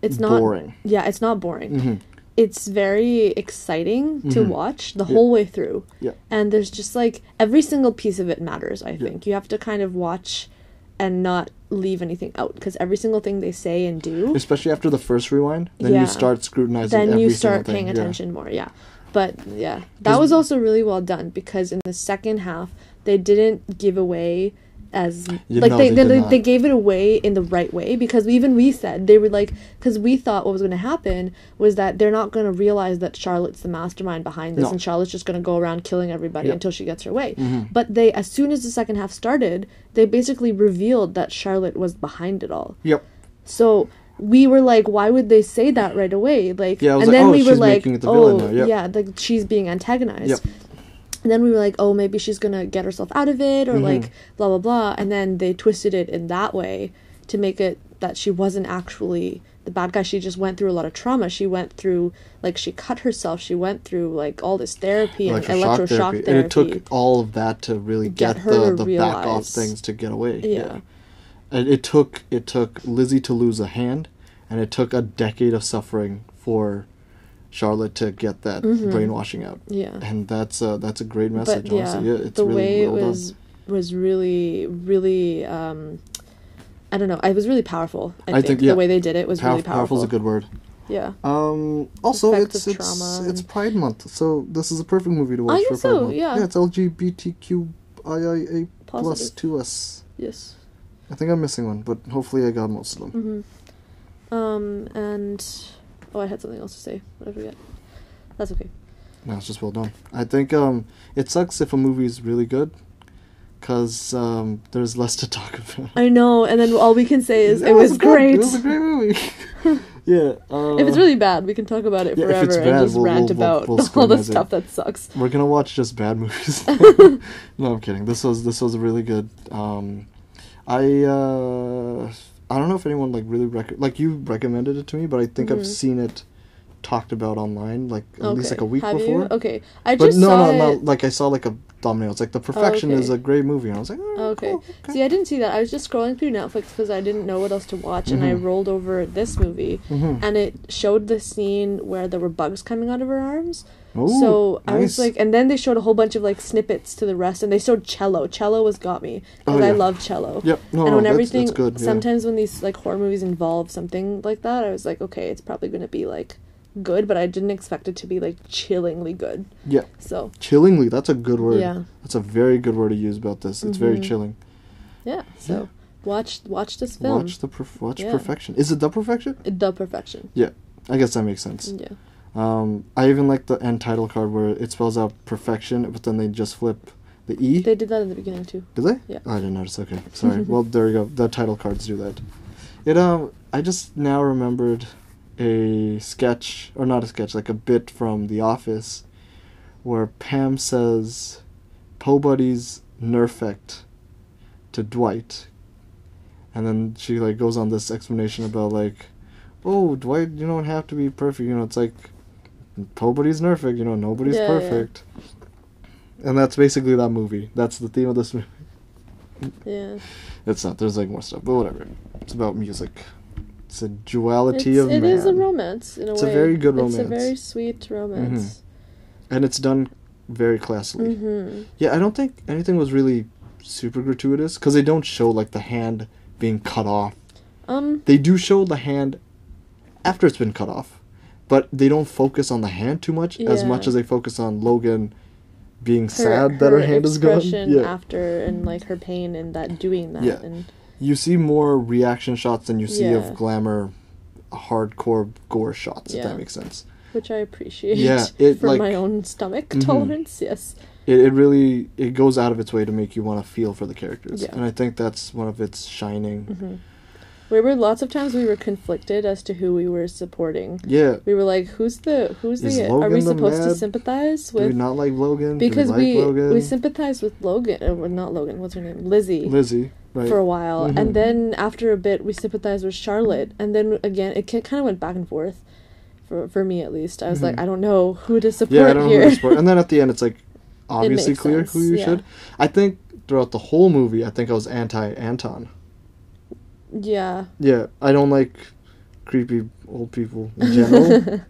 Speaker 2: It's not
Speaker 1: boring.
Speaker 2: Yeah, it's not boring.
Speaker 1: Mhm.
Speaker 2: It's very exciting to
Speaker 1: Mhm.
Speaker 2: watch the
Speaker 1: Yeah.
Speaker 2: whole way through.
Speaker 1: Yeah.
Speaker 2: And there's just like every single piece of it matters, I think. You have to kind of watch and not leave anything out because every single thing they say and do.
Speaker 1: Especially after the first rewind, then
Speaker 2: Yeah.
Speaker 1: you start scrutinizing.
Speaker 2: then
Speaker 1: every
Speaker 2: you
Speaker 1: single
Speaker 2: start
Speaker 1: thing,
Speaker 2: paying
Speaker 1: yeah.
Speaker 2: attention more yeah but yeah that was also really well done because in the second half they didn't give away as
Speaker 1: Yeah,
Speaker 2: like
Speaker 1: no,
Speaker 2: they,
Speaker 1: they
Speaker 2: they,
Speaker 1: did
Speaker 2: they,
Speaker 1: not.
Speaker 2: gave it away in the right way because even we said they were like because we thought what was going to happen was that they're not going to realize that charlotte's the mastermind behind this
Speaker 1: No.
Speaker 2: and charlotte's just going to go around killing everybody
Speaker 1: Yep. Mm-hmm.
Speaker 2: until she gets her way but they as soon as the second half started they basically revealed that charlotte was behind it all
Speaker 1: Yep.
Speaker 2: so we were like, why would they say that right away? Like,
Speaker 1: Yeah, I was
Speaker 2: and
Speaker 1: like,
Speaker 2: then
Speaker 1: oh,
Speaker 2: we were
Speaker 1: she's
Speaker 2: like,
Speaker 1: making it the
Speaker 2: oh,
Speaker 1: villain now, yep.
Speaker 2: yeah, like she's being antagonized.
Speaker 1: Yep.
Speaker 2: And then we were like, oh, maybe she's gonna get
Speaker 1: Mm-hmm.
Speaker 2: herself out of it, or like, blah blah blah. And then they twisted it in that way to make it that she wasn't actually the bad guy. She just went through a lot of trauma. She went through like she cut herself. She went through like all this therapy and electroshock therapy.
Speaker 1: And it took all of that to really get,
Speaker 2: Get her
Speaker 1: the,
Speaker 2: to
Speaker 1: the back off
Speaker 2: realize.
Speaker 1: things to get away.
Speaker 2: Yeah.
Speaker 1: And it took it took Lizzie to lose a hand and it took a decade of suffering for Charlotte to get that brainwashing out.
Speaker 2: Yeah.
Speaker 1: And that's uh that's a great
Speaker 2: Mm-hmm. but
Speaker 1: message,
Speaker 2: yeah,
Speaker 1: honestly. Yeah, it's
Speaker 2: the
Speaker 1: really
Speaker 2: way
Speaker 1: well
Speaker 2: it was
Speaker 1: done.
Speaker 2: was really really um I don't know. It was really powerful. I, think,
Speaker 1: think, yeah.
Speaker 2: the way they did it was
Speaker 1: Power-
Speaker 2: really powerful.
Speaker 1: powerful is a good word.
Speaker 2: yeah.
Speaker 1: Um, also,
Speaker 2: Effects
Speaker 1: it's
Speaker 2: of
Speaker 1: it's,
Speaker 2: trauma
Speaker 1: it's
Speaker 2: and-
Speaker 1: Pride Month, so this is a perfect movie to watch
Speaker 2: think
Speaker 1: for Pride
Speaker 2: so,
Speaker 1: Month.
Speaker 2: yeah.
Speaker 1: it's LGBTQIA plus
Speaker 2: Positive.
Speaker 1: two S.
Speaker 2: Yes.
Speaker 1: I think I'm missing one, but hopefully I got most of them.
Speaker 2: Um and oh, I had something else to say, but I forget. That's okay.
Speaker 1: No, it's just well done. I think um, it sucks if a movie is really good, cause um, there's less to talk about.
Speaker 2: I know, and then all we can say is
Speaker 1: Yeah,
Speaker 2: it was,
Speaker 1: good.
Speaker 2: great.
Speaker 1: It was a great movie. yeah. Uh,
Speaker 2: if it's really bad, we can talk about it
Speaker 1: Yeah, if
Speaker 2: forever
Speaker 1: it's
Speaker 2: and
Speaker 1: bad,
Speaker 2: just
Speaker 1: we'll-
Speaker 2: rant
Speaker 1: we'll-
Speaker 2: about
Speaker 1: we'll
Speaker 2: all the
Speaker 1: scrutinize it.
Speaker 2: stuff that sucks.
Speaker 1: We're gonna watch just bad movies. no, I'm kidding. This was this was a really good. Um, I uh, I don't know if anyone like really rec- like you recommended it to me, but I think
Speaker 2: Mm-hmm.
Speaker 1: I've seen it talked about online like at least like a week
Speaker 2: Have
Speaker 1: before.
Speaker 2: You? Okay, I
Speaker 1: But
Speaker 2: just
Speaker 1: no,
Speaker 2: saw
Speaker 1: no, no.
Speaker 2: it.
Speaker 1: Like I saw like a thumbnail. It's like The Perfection is
Speaker 2: okay.
Speaker 1: a great movie, and I was like, "Alright,
Speaker 2: Okay.
Speaker 1: cool, Oh, okay."
Speaker 2: See, I didn't see that. I was just scrolling through Netflix because I didn't know what else to watch, and I
Speaker 1: Mm-hmm.
Speaker 2: rolled over this movie, and it showed the scene where there were bugs coming out of her arms.
Speaker 1: Ooh,
Speaker 2: so I was
Speaker 1: nice.
Speaker 2: like, and then they showed a whole bunch of like snippets to the rest, and they showed cello. Cello was got me because
Speaker 1: Oh,
Speaker 2: I
Speaker 1: yeah.
Speaker 2: love cello.
Speaker 1: Yep. No,
Speaker 2: and
Speaker 1: no,
Speaker 2: when
Speaker 1: that's-
Speaker 2: everything,
Speaker 1: that's good, yeah.
Speaker 2: sometimes when these like horror movies involve something like that, I was like, okay, it's probably gonna be like good, but I didn't expect it to be like chillingly good.
Speaker 1: yeah,
Speaker 2: So
Speaker 1: chillingly. That's a good word.
Speaker 2: Yeah. Mm-hmm.
Speaker 1: That's a very good word to use about this. It's very chilling.
Speaker 2: yeah, so
Speaker 1: Yeah.
Speaker 2: watch watch this film,
Speaker 1: Watch the perf- watch
Speaker 2: Yeah.
Speaker 1: perfection. Is it the perfection?
Speaker 2: the perfection.
Speaker 1: Yeah, I guess that makes sense.
Speaker 2: Yeah.
Speaker 1: Um, I even like the end title card where it spells out perfection, but then they just flip the e.
Speaker 2: They did that in the beginning too.
Speaker 1: Did they?
Speaker 2: Yeah.
Speaker 1: Oh, I didn't notice. Okay, sorry. well, there you go. The title cards do that. It um, I just now remembered a sketch, or not a sketch, like a bit from The Office, where Pam says, "Po buddy's nerfect," to Dwight, and then she like goes on this explanation about like, "Oh, Dwight, you don't have to be perfect. You know, it's like, Po buddy's nerfect. You know, nobody's
Speaker 2: Yeah, yeah.
Speaker 1: perfect." And that's basically that movie. That's the theme of this movie.
Speaker 2: Yeah.
Speaker 1: It's not. There's like more stuff, but whatever. It's about music. It's a duality
Speaker 2: It's,
Speaker 1: of man,
Speaker 2: it is a romance in a
Speaker 1: It's a
Speaker 2: way.
Speaker 1: very good
Speaker 2: It's a
Speaker 1: romance.
Speaker 2: very sweet romance.
Speaker 1: and it's done very classily.
Speaker 2: Mm-hmm.
Speaker 1: Yeah, I don't think anything was really super gratuitous because they don't show like the hand being cut off.
Speaker 2: Um.
Speaker 1: They do show the hand after it's been cut off, but they don't focus on the hand too much as
Speaker 2: Yeah.
Speaker 1: much as they focus on Logan being
Speaker 2: her-
Speaker 1: sad that her, hand is gone.
Speaker 2: expression
Speaker 1: Yeah,
Speaker 2: After and like her pain and that doing that
Speaker 1: Yeah.
Speaker 2: and
Speaker 1: you see more reaction shots than you see
Speaker 2: Yeah.
Speaker 1: of glamour, hardcore gore shots. If
Speaker 2: Yeah.
Speaker 1: that makes sense.
Speaker 2: which I appreciate
Speaker 1: Yeah, it,
Speaker 2: for
Speaker 1: like- Mm-hmm.
Speaker 2: my own stomach tolerance. Yes.
Speaker 1: it, it really it goes out of its way to make you want to feel for the characters
Speaker 2: Yeah. Mm-hmm.
Speaker 1: and i think that's one of its shining
Speaker 2: We were lots of times we were conflicted as to who we were supporting.
Speaker 1: yeah
Speaker 2: We were like, who's the who's
Speaker 1: Is
Speaker 2: the are
Speaker 1: Logan
Speaker 2: we
Speaker 1: the
Speaker 2: supposed to
Speaker 1: mad-
Speaker 2: sympathize
Speaker 1: do we
Speaker 2: with
Speaker 1: not like logan
Speaker 2: because
Speaker 1: do we like
Speaker 2: we
Speaker 1: logan
Speaker 2: we sympathize with Logan or well, not Logan, what's her name? Lizzie.
Speaker 1: lizzie right
Speaker 2: for a while,
Speaker 1: Mhm.
Speaker 2: and then after a bit, we sympathized with Charlotte, and then again, it kind of went back and forth, for for me at least. I was like, I don't know who to support
Speaker 1: Mm-hmm. yeah i don't know
Speaker 2: here.
Speaker 1: who to support and then at the end it's like obviously
Speaker 2: makes
Speaker 1: clear who
Speaker 2: sense,
Speaker 1: you
Speaker 2: yeah.
Speaker 1: should i think throughout the whole movie i think i was anti anton
Speaker 2: yeah,
Speaker 1: yeah i don't like creepy old people in general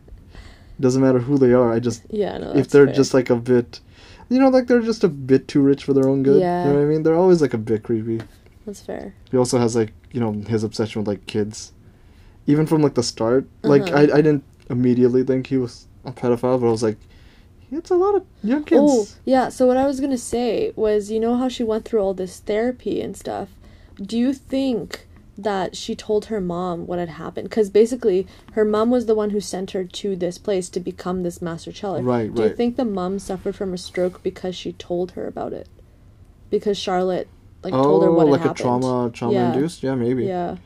Speaker 1: doesn't matter who they are i just
Speaker 2: yeah.
Speaker 1: if
Speaker 2: No, Oh, that's
Speaker 1: they're
Speaker 2: fair.
Speaker 1: just like a bit you know like they're just a bit too rich for their own good
Speaker 2: Yeah.
Speaker 1: you know what i mean they're always like a bit creepy
Speaker 2: that's fair.
Speaker 1: he also has like you know his obsession with like kids even from like the start like
Speaker 2: Uh-huh.
Speaker 1: I, I didn't immediately think he was a pedophile but i was like it's a lot of young kids
Speaker 2: Oh yeah. So what I was gonna say was, you know how she went through all this therapy and stuff. Do you think that she told her mom what had happened? Because basically, her mom was the one who sent her to this place to become this master cello.
Speaker 1: Right,
Speaker 2: Do you
Speaker 1: right.
Speaker 2: think the mom suffered from a stroke because she told her about it? Because Charlotte like
Speaker 1: oh
Speaker 2: told her what
Speaker 1: like
Speaker 2: had
Speaker 1: a
Speaker 2: happened.
Speaker 1: trauma trauma induced yeah maybe
Speaker 2: Yeah.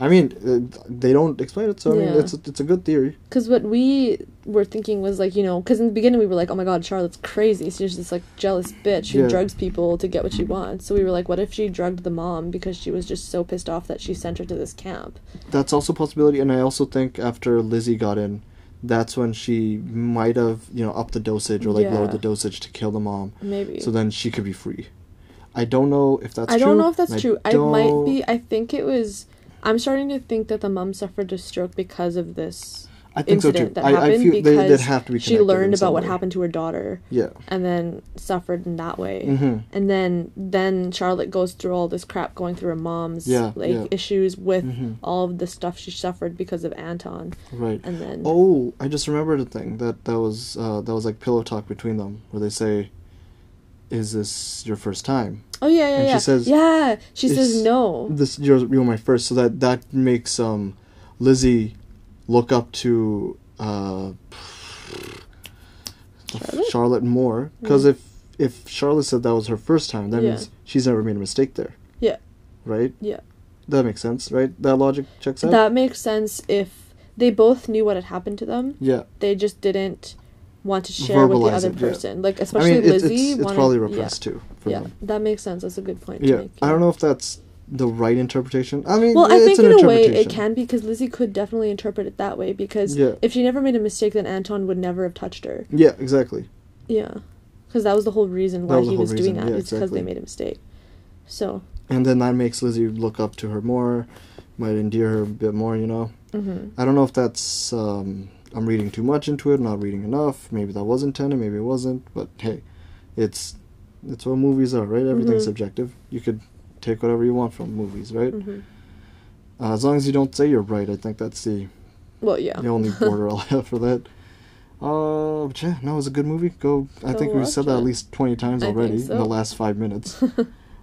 Speaker 1: I mean, uh, they don't explain it, so I mean,
Speaker 2: Yeah.
Speaker 1: it's a, it's a good theory.
Speaker 2: Because what we were thinking was like, you know, because in the beginning we were like, oh my god, Charlotte's crazy. She's this like jealous bitch who
Speaker 1: Yeah.
Speaker 2: drugs people to get what she wants. So we were like, what if she drugged the mom because she was just so pissed off that she sent her to this camp?
Speaker 1: That's also a possibility, and I also think after Lizzie got in, that's when she might have you know upped the dosage or like lowered the
Speaker 2: Yeah.
Speaker 1: dosage to kill the mom,
Speaker 2: Maybe.
Speaker 1: so then she could be free. I don't know if that's
Speaker 2: I
Speaker 1: true.
Speaker 2: don't know if that's
Speaker 1: and
Speaker 2: true. I might
Speaker 1: don't-
Speaker 2: be. I think it was. I'm starting to think that the mom suffered a stroke because of this
Speaker 1: I think so too.
Speaker 2: incident that
Speaker 1: I, I
Speaker 2: happened
Speaker 1: feel they,
Speaker 2: because
Speaker 1: they'd have to be.
Speaker 2: she
Speaker 1: connected in
Speaker 2: learned
Speaker 1: some
Speaker 2: about what
Speaker 1: way.
Speaker 2: happened to her daughter
Speaker 1: Yeah.
Speaker 2: and then suffered in that way.
Speaker 1: Mm-hmm.
Speaker 2: and then then Charlotte goes through all this crap going through her mom's
Speaker 1: Yeah,
Speaker 2: like
Speaker 1: yeah.
Speaker 2: issues with
Speaker 1: Mhm.
Speaker 2: all of the stuff she suffered because of Anton
Speaker 1: Right.
Speaker 2: and then
Speaker 1: Oh, I just remembered a thing that that was uh, that was like pillow talk between them, where they say, "Is this your first time?
Speaker 2: oh yeah yeah
Speaker 1: and she
Speaker 2: yeah
Speaker 1: says-
Speaker 2: yeah she says
Speaker 1: it's-
Speaker 2: no
Speaker 1: This you're you're my first, so that that makes um, Lizzie look up to uh,
Speaker 2: Charlotte?
Speaker 1: Charlotte more because if if Charlotte said that was her first time, that
Speaker 2: Yeah.
Speaker 1: means she's never made a mistake there.
Speaker 2: Yeah.
Speaker 1: Right.
Speaker 2: Yeah.
Speaker 1: That makes sense, right? That logic checks out.
Speaker 2: that makes sense if they both knew what had happened to them
Speaker 1: yeah.
Speaker 2: they just didn't want to share with the
Speaker 1: Verbalize
Speaker 2: other
Speaker 1: it, yeah.
Speaker 2: person like
Speaker 1: I
Speaker 2: especially
Speaker 1: mean, it's
Speaker 2: Lizzie
Speaker 1: it's, it's
Speaker 2: wanted-
Speaker 1: probably
Speaker 2: yeah,
Speaker 1: repressed too for
Speaker 2: yeah,
Speaker 1: them.
Speaker 2: that makes sense that's a good point to
Speaker 1: Yeah,
Speaker 2: make,
Speaker 1: I
Speaker 2: yeah.
Speaker 1: don't know if that's the right interpretation. I mean,
Speaker 2: Well, I
Speaker 1: it's
Speaker 2: think
Speaker 1: an
Speaker 2: in a way
Speaker 1: interpretation.
Speaker 2: it can because Lizzie could definitely interpret it that way because
Speaker 1: Yeah.
Speaker 2: if she never made a mistake, then Anton would never have touched her.
Speaker 1: Yeah, exactly.
Speaker 2: Yeah, because that was the whole reason
Speaker 1: That
Speaker 2: why
Speaker 1: was the
Speaker 2: he
Speaker 1: whole
Speaker 2: was doing
Speaker 1: reason,
Speaker 2: that.
Speaker 1: yeah,
Speaker 2: it's because
Speaker 1: exactly.
Speaker 2: they made a mistake. So,
Speaker 1: And then that makes Lizzie look up to her more, might endear her a bit more. You know,
Speaker 2: mhm.
Speaker 1: I don't know if that's um, I'm reading too much into it, not reading enough. Maybe that was intended, maybe it wasn't. But hey, it's it's what movies are, right? Everything's
Speaker 2: Mhm.
Speaker 1: subjective. You could take whatever you want from movies, right?
Speaker 2: mhm.
Speaker 1: Uh, as long as you don't say you're right, I think that's the
Speaker 2: well, yeah.
Speaker 1: the only border I'll have for that. Uh, but yeah, no, it was a good movie. Go. I
Speaker 2: Go
Speaker 1: think we've
Speaker 2: watch
Speaker 1: said that
Speaker 2: it.
Speaker 1: at least twenty times
Speaker 2: I think
Speaker 1: already in
Speaker 2: so.
Speaker 1: the last five minutes.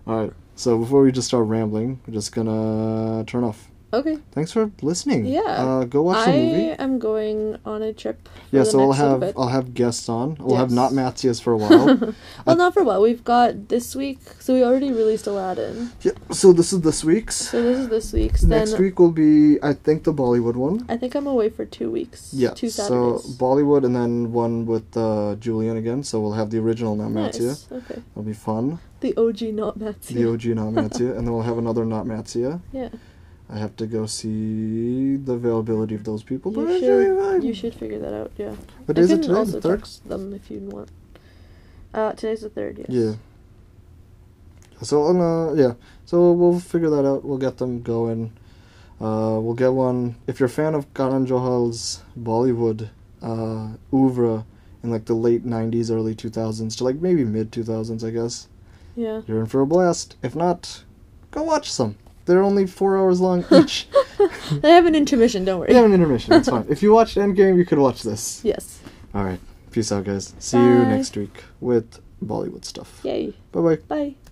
Speaker 1: All right. So before we just start rambling, we're just gonna turn off.
Speaker 2: okay,
Speaker 1: Thanks for listening.
Speaker 2: Yeah.
Speaker 1: Uh, go watch
Speaker 2: I
Speaker 1: the movie.
Speaker 2: am going on a trip. For
Speaker 1: Yeah.
Speaker 2: the
Speaker 1: So I'll
Speaker 2: next little
Speaker 1: have
Speaker 2: bit.
Speaker 1: I'll have guests on. We'll have
Speaker 2: Yes.
Speaker 1: not Matthias for a while.
Speaker 2: well, not for a while. We've got this week, so we already released Aladdin.
Speaker 1: yeah. So this is this week's.
Speaker 2: So this is this week's.
Speaker 1: Next
Speaker 2: then
Speaker 1: week will be I think the Bollywood one.
Speaker 2: I think I'm away for two weeks.
Speaker 1: Yeah.
Speaker 2: two
Speaker 1: so
Speaker 2: Saturdays.
Speaker 1: Bollywood and then one with uh, Julian again. So we'll have the original Not
Speaker 2: nice.
Speaker 1: Matthias.
Speaker 2: Okay.
Speaker 1: It'll be fun.
Speaker 2: The OG, not Matthew.
Speaker 1: the OG not Matzia, and then we'll have another not Matzia.
Speaker 2: Yeah.
Speaker 1: I have to go see the availability of those people. But
Speaker 2: You
Speaker 1: it should be
Speaker 2: should,
Speaker 1: fine.
Speaker 2: you should figure that out, yeah.
Speaker 1: What
Speaker 2: I
Speaker 1: is it
Speaker 2: can
Speaker 1: today?
Speaker 2: also
Speaker 1: The third?
Speaker 2: text them if you want. Uh, today's the third, yes.
Speaker 1: Yeah. So uh, yeah, so we'll figure that out. We'll get them going. Uh, we'll get one. If you're a fan of Karan Johal's Bollywood uh, oeuvre in like the late '90s, early 2000s to like maybe mid 2000s, I guess
Speaker 2: Yeah.
Speaker 1: you're in for a blast. If not, go watch some. They're only four hours long each.
Speaker 2: They have an intermission, don't worry.
Speaker 1: We have an intermission. It's fine. If you watched Endgame, you could watch this.
Speaker 2: Yes.
Speaker 1: All right. Peace out, guys. See you
Speaker 2: Bye.
Speaker 1: next week with Bollywood stuff.
Speaker 2: Yay.
Speaker 1: Bye bye.
Speaker 2: Bye.